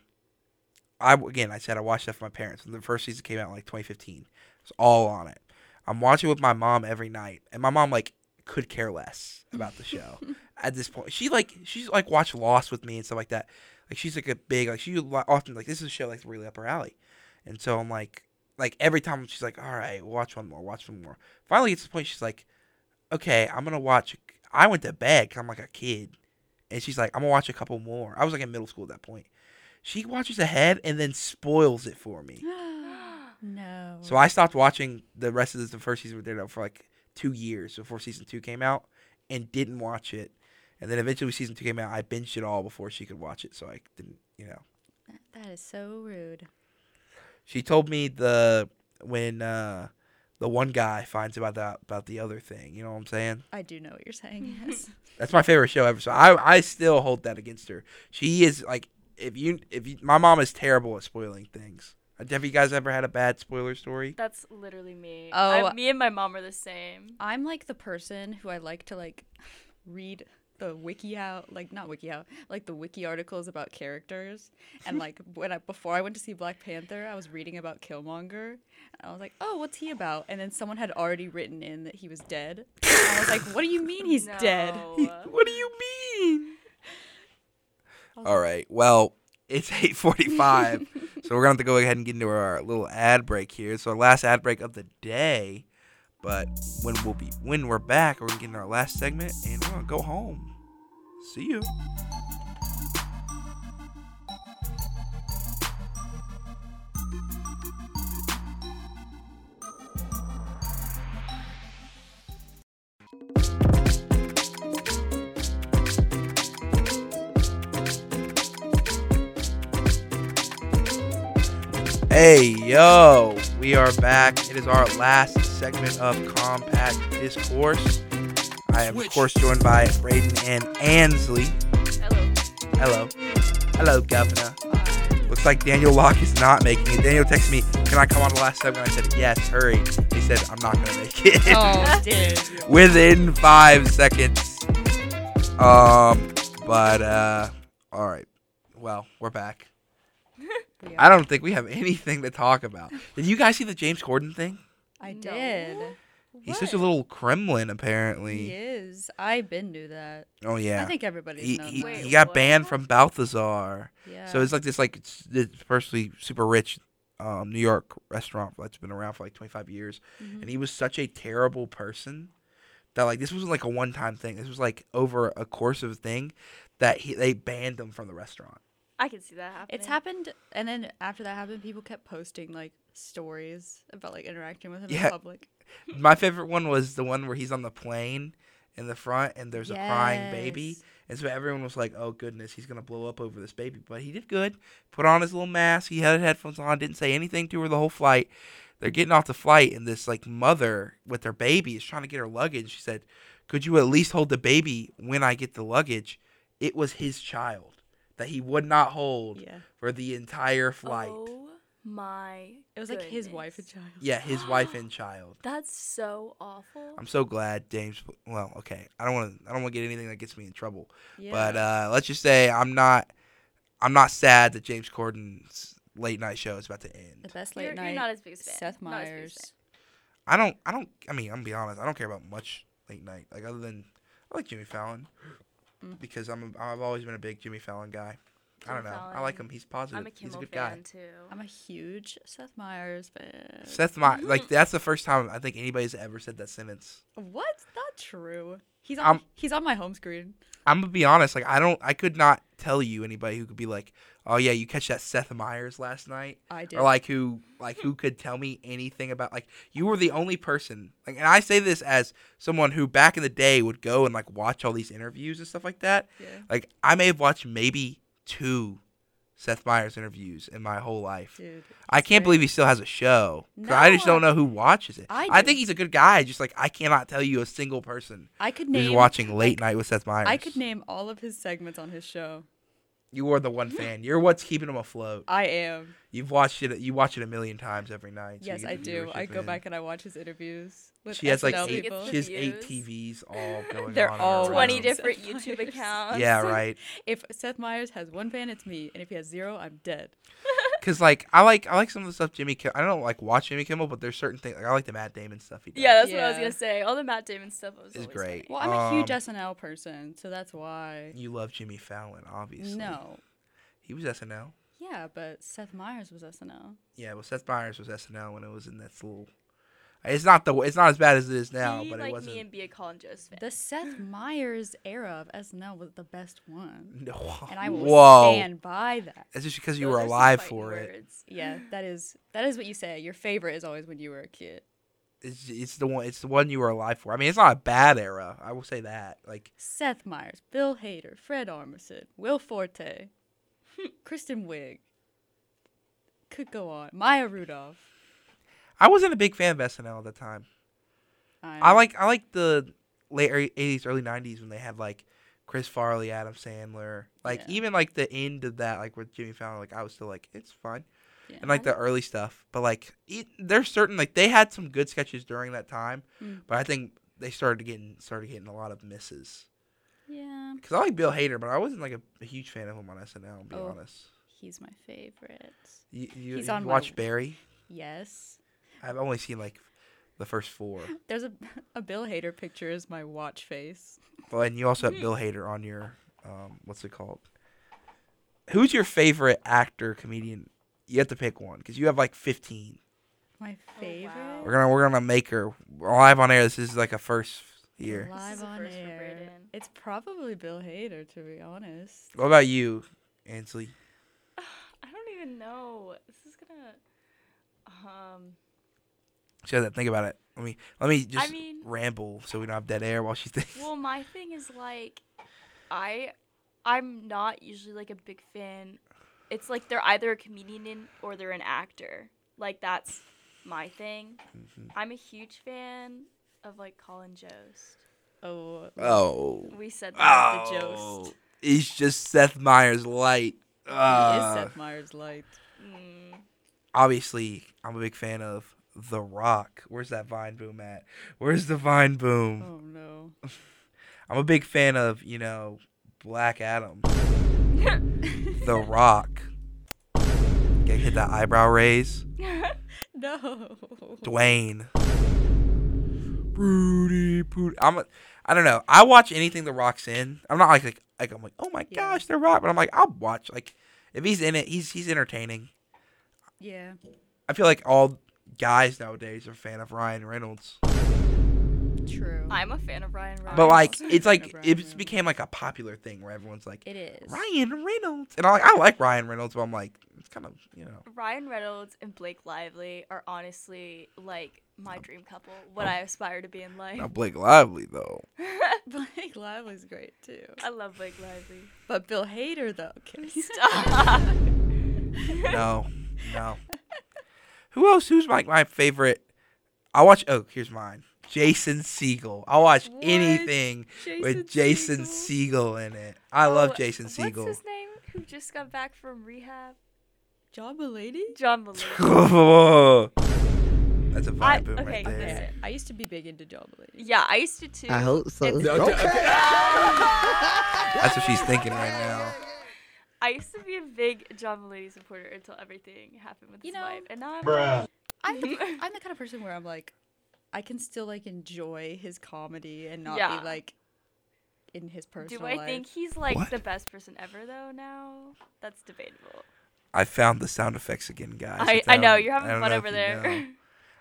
Speaker 1: I again I said I watched that for my parents when the first season came out in like 2015. It's all on it. I'm watching with my mom every night, and my mom like could care less about the show at this point. She like she's like watched Lost with me and stuff like that. Like she's like a big like she would li- often like this is a show like really up her alley, and so I'm like like every time she's like, all right, watch one more, watch one more. Finally, it's the point she's like, okay, I'm gonna watch. I went to bed 'cause I'm like a kid, and she's like, I'm gonna watch a couple more. I was like in middle school at that point. She watches ahead and then spoils it for me.
Speaker 3: no.
Speaker 1: So I stopped watching the rest of the first season with Daredevil for like two years before season two came out, and didn't watch it. And then eventually, when season two came out. I binged it all before she could watch it, so I didn't, you know.
Speaker 3: that is so rude.
Speaker 1: She told me the when uh the one guy finds about that about the other thing. You know what I'm saying?
Speaker 3: I do know what you're saying. Yes.
Speaker 1: That's my favorite show ever. So I I still hold that against her. She is like if you if you, my mom is terrible at spoiling things. Have you guys ever had a bad spoiler story?
Speaker 2: That's literally me.
Speaker 3: Oh.
Speaker 2: I, me and my mom are the same.
Speaker 3: I'm like the person who I like to like read the wiki out, like not wiki out, like the wiki articles about characters. And like when I before I went to see Black Panther, I was reading about Killmonger, and I was like, "Oh, what's he about?" And then someone had already written in that he was dead. And I was like, "What do you mean he's dead?"
Speaker 2: No.
Speaker 1: What do you mean? All right. Well, it's 8:45. so we're going to have to go ahead and get into our little ad break here. It's our last ad break of the day. But when we'll be when we're back, we're going to get into our last segment and we're going to go home. See you. Hey yo, we are back. It is our last segment of Compact Discourse. I am of course joined by Braden and Ansley.
Speaker 2: Hello.
Speaker 1: Hello. Hello, Governor. Looks like Daniel Locke is not making it. Daniel texted me, Can I come on the last segment? I said, Yes, hurry. He said, I'm not going to make it.
Speaker 3: Oh, dude.
Speaker 1: Within five seconds. Um, but, uh, all right. Well, we're back.
Speaker 3: We
Speaker 1: I don't think we have anything to talk about. Did you guys see the James Corden thing?
Speaker 3: I
Speaker 2: No.
Speaker 3: did.
Speaker 1: He's such a little Kremlin, apparently.
Speaker 3: He is. I've been knew that.
Speaker 1: Oh, yeah.
Speaker 3: I think everybody's
Speaker 1: he,
Speaker 3: known
Speaker 1: he,
Speaker 3: that.
Speaker 2: Wait,
Speaker 1: he got
Speaker 2: what?
Speaker 1: banned from Balthazar.
Speaker 3: yeah.
Speaker 1: So it's like this like s- this personally super rich um, New York restaurant that's been around for like 25 years,
Speaker 3: Mhm.
Speaker 1: and he was such a terrible person that like this wasn't like a one time thing. This was like over a course of a thing that he they banned him from the restaurant.
Speaker 2: I can see that happening.
Speaker 3: It's happened, and then after that happened, people kept posting like stories about like interacting with him
Speaker 1: Yeah.
Speaker 3: in public.
Speaker 1: My favorite one was the one where he's on the plane in the front and there's a crying baby.
Speaker 3: Yes.
Speaker 1: And so everyone was like, "Oh goodness, he's gonna blow up over this baby." But he did good. Put on his little mask. He had headphones on. Didn't say anything to her the whole flight. They're getting off the flight, and this like mother with her baby is trying to get her luggage. She said, "Could you at least hold the baby when I get the luggage?" It was his child that he would not hold
Speaker 3: Yeah,
Speaker 1: for the entire flight.
Speaker 2: Oh my.
Speaker 3: it was like his wife and
Speaker 2: goodness.
Speaker 3: child.
Speaker 1: Yeah, his wife and child.
Speaker 2: That's so awful.
Speaker 1: I'm so glad James. Well, okay, I don't want to. I don't want to get anything that gets me in trouble.
Speaker 3: Yeah.
Speaker 1: But uh, let's just say I'm not. I'm not sad that James Corden's late night show is about to
Speaker 3: the
Speaker 1: end.
Speaker 3: best late
Speaker 2: You're,
Speaker 3: night.
Speaker 2: you're not as big as
Speaker 3: Seth Meyers.
Speaker 1: I don't. I don't. I mean, I'm gonna be honest. I don't care about much late night. Like other than I like Jimmy Fallon
Speaker 3: Mm.
Speaker 1: because I'm. A, I've always been a big Jimmy Fallon guy. I don't know.
Speaker 2: Jimmy
Speaker 1: I like him.
Speaker 2: Fallon.
Speaker 1: He's positive.
Speaker 2: I'm a
Speaker 1: He's a
Speaker 2: Kimmel
Speaker 1: good guy.
Speaker 2: fan too.
Speaker 3: I'm a huge Seth Meyers fan.
Speaker 1: Seth, my like that's the first time I think anybody's ever said that sentence.
Speaker 3: What's not true? He's on.
Speaker 1: I'm-
Speaker 3: he's on my home screen.
Speaker 1: I'm gonna be honest. Like I don't. I could not tell you anybody who could be like, oh yeah, you catch that Seth Meyers last night.
Speaker 3: I did.
Speaker 1: or like who like who could tell me anything about like you were the only person like and I say this as someone who back in the day would go and like watch all these interviews and stuff like that.
Speaker 3: yeah.
Speaker 1: Like I may have watched maybe two Seth Meyers interviews in my whole life.
Speaker 3: Dude,
Speaker 1: I can't
Speaker 3: great.
Speaker 1: believe he still has a show. 'Cause I just
Speaker 3: No,
Speaker 1: don't know who watches it.
Speaker 3: I
Speaker 1: I
Speaker 3: do.
Speaker 1: think he's a good guy. Just like I cannot tell you a single person
Speaker 3: I could
Speaker 1: who's
Speaker 3: name
Speaker 1: watching late
Speaker 3: like,
Speaker 1: night with Seth Meyers.
Speaker 3: I could name all of his segments on his show.
Speaker 1: You are the one fan. You're what's keeping him afloat.
Speaker 3: I am.
Speaker 1: You've watched it. You watch it a million times every night. so
Speaker 3: yes,
Speaker 1: you
Speaker 3: I
Speaker 1: get the
Speaker 3: do. I
Speaker 1: viewership
Speaker 3: go
Speaker 1: in.
Speaker 3: back and I watch his interviews. With
Speaker 1: She has like
Speaker 3: SNL
Speaker 1: eight,
Speaker 3: people.
Speaker 1: she has eight TVs all going
Speaker 3: They're
Speaker 1: on.
Speaker 3: all
Speaker 1: in her
Speaker 2: 20
Speaker 1: room.
Speaker 3: Seth
Speaker 2: different
Speaker 3: Meyers.
Speaker 2: YouTube accounts.
Speaker 1: Yeah, right.
Speaker 3: If Seth Meyers has one fan, it's me, and if he has zero, I'm dead.
Speaker 1: Cause like I like I like some of the stuff Jimmy. Kim- I don't like watch Jimmy Kimmel, but there's certain things like I like the Matt Damon stuff he does.
Speaker 2: Yeah, that's what I was
Speaker 3: Yeah.
Speaker 2: gonna say. All the Matt Damon stuff was
Speaker 1: It's
Speaker 2: always
Speaker 1: great.
Speaker 3: Well, I'm a huge
Speaker 1: Um,
Speaker 3: SNL person, so that's why.
Speaker 1: You love Jimmy Fallon, obviously.
Speaker 3: No.
Speaker 1: he was SNL.
Speaker 3: Yeah, but Seth Meyers was SNL.
Speaker 1: Yeah, well, Seth Meyers was SNL when it was in this little. It's not the. It's not as bad as it is now,
Speaker 2: he,
Speaker 1: but
Speaker 2: like
Speaker 1: it
Speaker 2: me
Speaker 1: wasn't.
Speaker 2: and be a Colin Jost fan.
Speaker 3: The Seth Meyers era of SNL was the best one,
Speaker 1: No.
Speaker 3: and I will
Speaker 1: Whoa.
Speaker 3: stand by that.
Speaker 1: It's just because you
Speaker 2: Those
Speaker 1: were
Speaker 2: are some
Speaker 1: alive
Speaker 2: fighting
Speaker 1: for it.
Speaker 2: words.
Speaker 3: Yeah, that is that is what you say. Your favorite is always when you were a kid.
Speaker 1: It's, it's the one. It's the one you were alive for. I mean, it's not a bad era. I will say that. Like
Speaker 3: Seth Meyers, Bill Hader, Fred Armisen, Will Forte, hmm, Kristen Wiig. Could go on. Maya Rudolph.
Speaker 1: I wasn't a big fan of SNL at the time. I like I like the late eighties, early nineties when they had like Chris Farley, Adam Sandler, like
Speaker 3: Yeah.
Speaker 1: even like the end of that, like with Jimmy Fallon, like I was still like it's fine,
Speaker 3: Yeah.
Speaker 1: and like the early stuff. But like it, there's certain like they had some good sketches during that time,
Speaker 3: Mm.
Speaker 1: but I think they started getting started getting a lot of misses.
Speaker 3: Yeah,
Speaker 1: Cause I like Bill Hader, but I wasn't like a, a huge fan of him on SNL. To be
Speaker 3: Oh.
Speaker 1: honest,
Speaker 3: he's my favorite.
Speaker 1: you, you,
Speaker 3: He's
Speaker 1: you
Speaker 3: on my-
Speaker 1: watch Barry.
Speaker 3: Yes,
Speaker 1: I've only seen like the first four,
Speaker 3: there's a a Bill Hader picture is my watch face.
Speaker 1: but and you also have Bill Hader on your um, what's it called? Who's your favorite actor comedian? You have to pick one because you have like fifteen.
Speaker 3: My favorite.
Speaker 2: Oh, wow.
Speaker 1: We're gonna we're gonna make her live on air. This is like a first here.
Speaker 2: This is
Speaker 3: Live
Speaker 2: a
Speaker 3: on
Speaker 2: first for
Speaker 3: air.
Speaker 2: Brayden.
Speaker 3: It's probably Bill Hader, to be honest.
Speaker 1: What about you, Ansley?
Speaker 2: I don't even know. This is gonna. Um.
Speaker 1: She has to think about it. Let me let me just
Speaker 2: mean-
Speaker 1: ramble so we don't have dead air while she thinks.
Speaker 2: Well, my thing is like, I, I'm not usually like a big fan. It's like they're either a comedian or they're an actor. Like that's my thing.
Speaker 1: Mm-hmm.
Speaker 2: I'm a huge fan of like Colin Jost.
Speaker 3: Oh,
Speaker 1: oh,
Speaker 2: We said that was the
Speaker 1: oh,
Speaker 2: Jost.
Speaker 1: he's just Seth Meyers light.
Speaker 3: he
Speaker 1: Ah.
Speaker 3: is Seth Meyers light.
Speaker 2: Mm.
Speaker 1: obviously I'm a big fan of The Rock. Where's that Vine Boom at? Where's the Vine Boom?
Speaker 3: Oh no.
Speaker 1: I'm a big fan of, you know, Black Adam. the Rock. Get hit that eyebrow raise.
Speaker 2: Mm.
Speaker 3: No.
Speaker 1: Dwayne. Rudy Pooty. I'm a, I don't know. I watch anything The Rock's in. I'm not like like, like I'm like, oh my
Speaker 3: Yeah.
Speaker 1: gosh, The Rock, but I'm like, I'll watch. Like if he's in it, he's he's entertaining.
Speaker 3: Yeah.
Speaker 1: I feel like all guys nowadays are a fan of Ryan Reynolds.
Speaker 3: True.
Speaker 2: I'm a fan of Ryan Reynolds.
Speaker 1: But like,
Speaker 3: Honestly.
Speaker 1: it's like
Speaker 3: Of Ryan
Speaker 1: it's
Speaker 3: Reynolds.
Speaker 1: became like a popular thing where everyone's like
Speaker 3: it is.
Speaker 1: Ryan Reynolds, and I like I like Ryan Reynolds, but I'm like it's kind of you know
Speaker 2: Ryan Reynolds and Blake Lively are honestly like my dream couple.
Speaker 1: Oh.
Speaker 2: What I aspire to be in life.
Speaker 1: not Blake Lively though.
Speaker 3: Blake Lively's great too.
Speaker 2: I love Blake Lively.
Speaker 3: But Bill Hader though. Okay.
Speaker 2: Stop.
Speaker 1: No, no. Who else? Who's like my favorite? I watch. Oh, here's mine. Jason Siegel. I'll watch
Speaker 3: What?
Speaker 1: anything with Jason Siegel in it. I
Speaker 2: Oh,
Speaker 1: love Jason
Speaker 2: What's
Speaker 1: Siegel.
Speaker 2: his name? Who just got back from rehab?
Speaker 3: John Mulaney.
Speaker 2: John Mulaney.
Speaker 1: That's a vibe
Speaker 2: I-
Speaker 1: boom
Speaker 2: okay,
Speaker 1: right there.
Speaker 2: listen.
Speaker 3: I used to be big into John Mulaney.
Speaker 2: Yeah, I used to too.
Speaker 4: I hope so.
Speaker 2: It's-
Speaker 4: Okay.
Speaker 1: That's what she's thinking right now.
Speaker 2: I used to be a big John Mulaney supporter until everything happened with
Speaker 3: You
Speaker 2: his
Speaker 3: know-
Speaker 2: wife, and now I'm like,
Speaker 3: I'm the, I'm the kind of person where I'm like, I can still like enjoy his comedy and not
Speaker 2: Yeah.
Speaker 3: be like in his
Speaker 2: do
Speaker 3: personal
Speaker 2: I
Speaker 3: life.
Speaker 2: think he's like
Speaker 1: What?
Speaker 2: the best person ever though? Now that's debatable.
Speaker 1: I found the sound effects again, guys.
Speaker 2: I,
Speaker 1: It's-
Speaker 2: I know
Speaker 1: don't-
Speaker 2: you're
Speaker 1: I
Speaker 2: having
Speaker 1: don't
Speaker 2: fun
Speaker 1: know
Speaker 2: over
Speaker 1: if you
Speaker 2: there.
Speaker 1: know.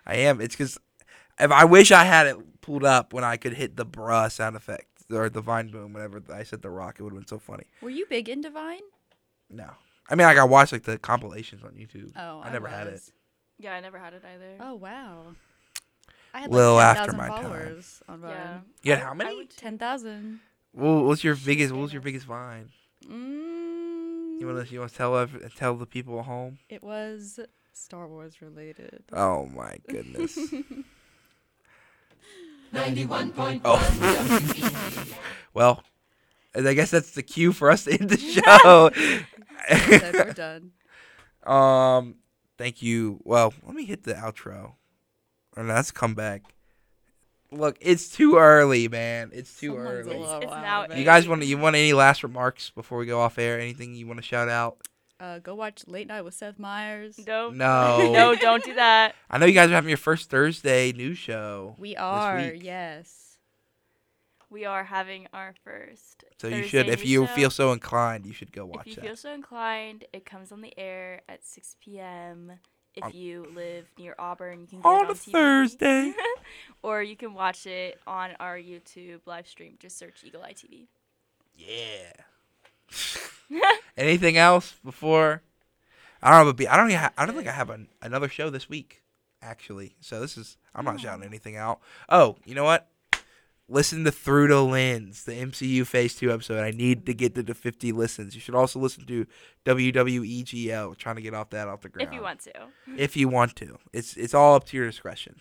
Speaker 1: I am. It's because if I wish I had it pulled up when I could hit the bruh sound effect or the vine boom whenever I said the rock, it would have been so funny.
Speaker 3: Were you big into Vine?
Speaker 1: No, I mean like I watched like the compilations on YouTube.
Speaker 3: Oh,
Speaker 1: I never had it.
Speaker 3: was.
Speaker 2: yeah, I never had it either.
Speaker 3: Oh wow. I had
Speaker 1: Little
Speaker 3: like
Speaker 1: after
Speaker 3: 10,000
Speaker 1: my time.
Speaker 3: followers on Vine.
Speaker 2: yeah.
Speaker 1: Yeah, how
Speaker 2: I
Speaker 1: many?
Speaker 2: would
Speaker 3: Ten thousand.
Speaker 1: Well, what's your biggest? What was your biggest vine? You
Speaker 3: Mm,
Speaker 1: want to you want to tell ev- tell the people at home?
Speaker 3: it was Star Wars related.
Speaker 1: Oh my goodness. Oh. well, I guess that's the cue for us to end the
Speaker 3: Said
Speaker 1: show.
Speaker 3: we're done.
Speaker 1: Um, thank you. Well, let me hit the outro. Or no, that's comeback. Look, it's too early, man. It's too
Speaker 3: Someone's a
Speaker 1: early.
Speaker 3: little
Speaker 2: It's
Speaker 3: wild,
Speaker 2: now-
Speaker 3: babe.
Speaker 1: You guys want to you want any last remarks before we go off air? Anything you want to shout out?
Speaker 3: uh, go watch Late Night with Seth Meyers.
Speaker 2: No.
Speaker 1: No.
Speaker 2: Oh. no, don't do that.
Speaker 1: I know you guys are having your first Thursday news show.
Speaker 3: We are
Speaker 1: week.
Speaker 3: yes.
Speaker 2: We are having our first.
Speaker 1: So you should if you
Speaker 2: feel
Speaker 1: feel so inclined, you should go watch
Speaker 2: If you
Speaker 1: that.
Speaker 2: feel so inclined, it comes on the air at 6 p.m. If
Speaker 1: On-
Speaker 2: you live near Auburn, you can get it
Speaker 1: On
Speaker 2: on
Speaker 1: a
Speaker 2: TV.
Speaker 1: Thursday.
Speaker 2: or you can watch it on our YouTube live stream. Just search Eagle Eye TV.
Speaker 1: Yeah. Anything else before? I don't know. But be, I don't. even ha- I don't think I have an, another show this week, actually. So this is. I'm not shouting anything out. Oh, you know Oh, what? Listen to Through the Lens, the MCU Phase 2 episode. I need to get to the 50 listens. You should also listen to WWEGL. We're trying to get off that off the ground.
Speaker 2: if you want to.
Speaker 1: If you want to. It's, it's all up to your discretion.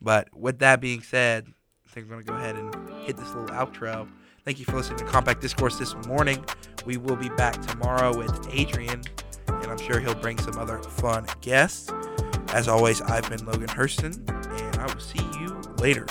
Speaker 1: But with that being said, I think we're going to go ahead and hit this little outro. Thank you for listening to Compact Discourse this morning. We will be back tomorrow with Adrian, and I'm sure he'll bring some other fun guests. As always, I've been Logan Hurston, and I will see you later.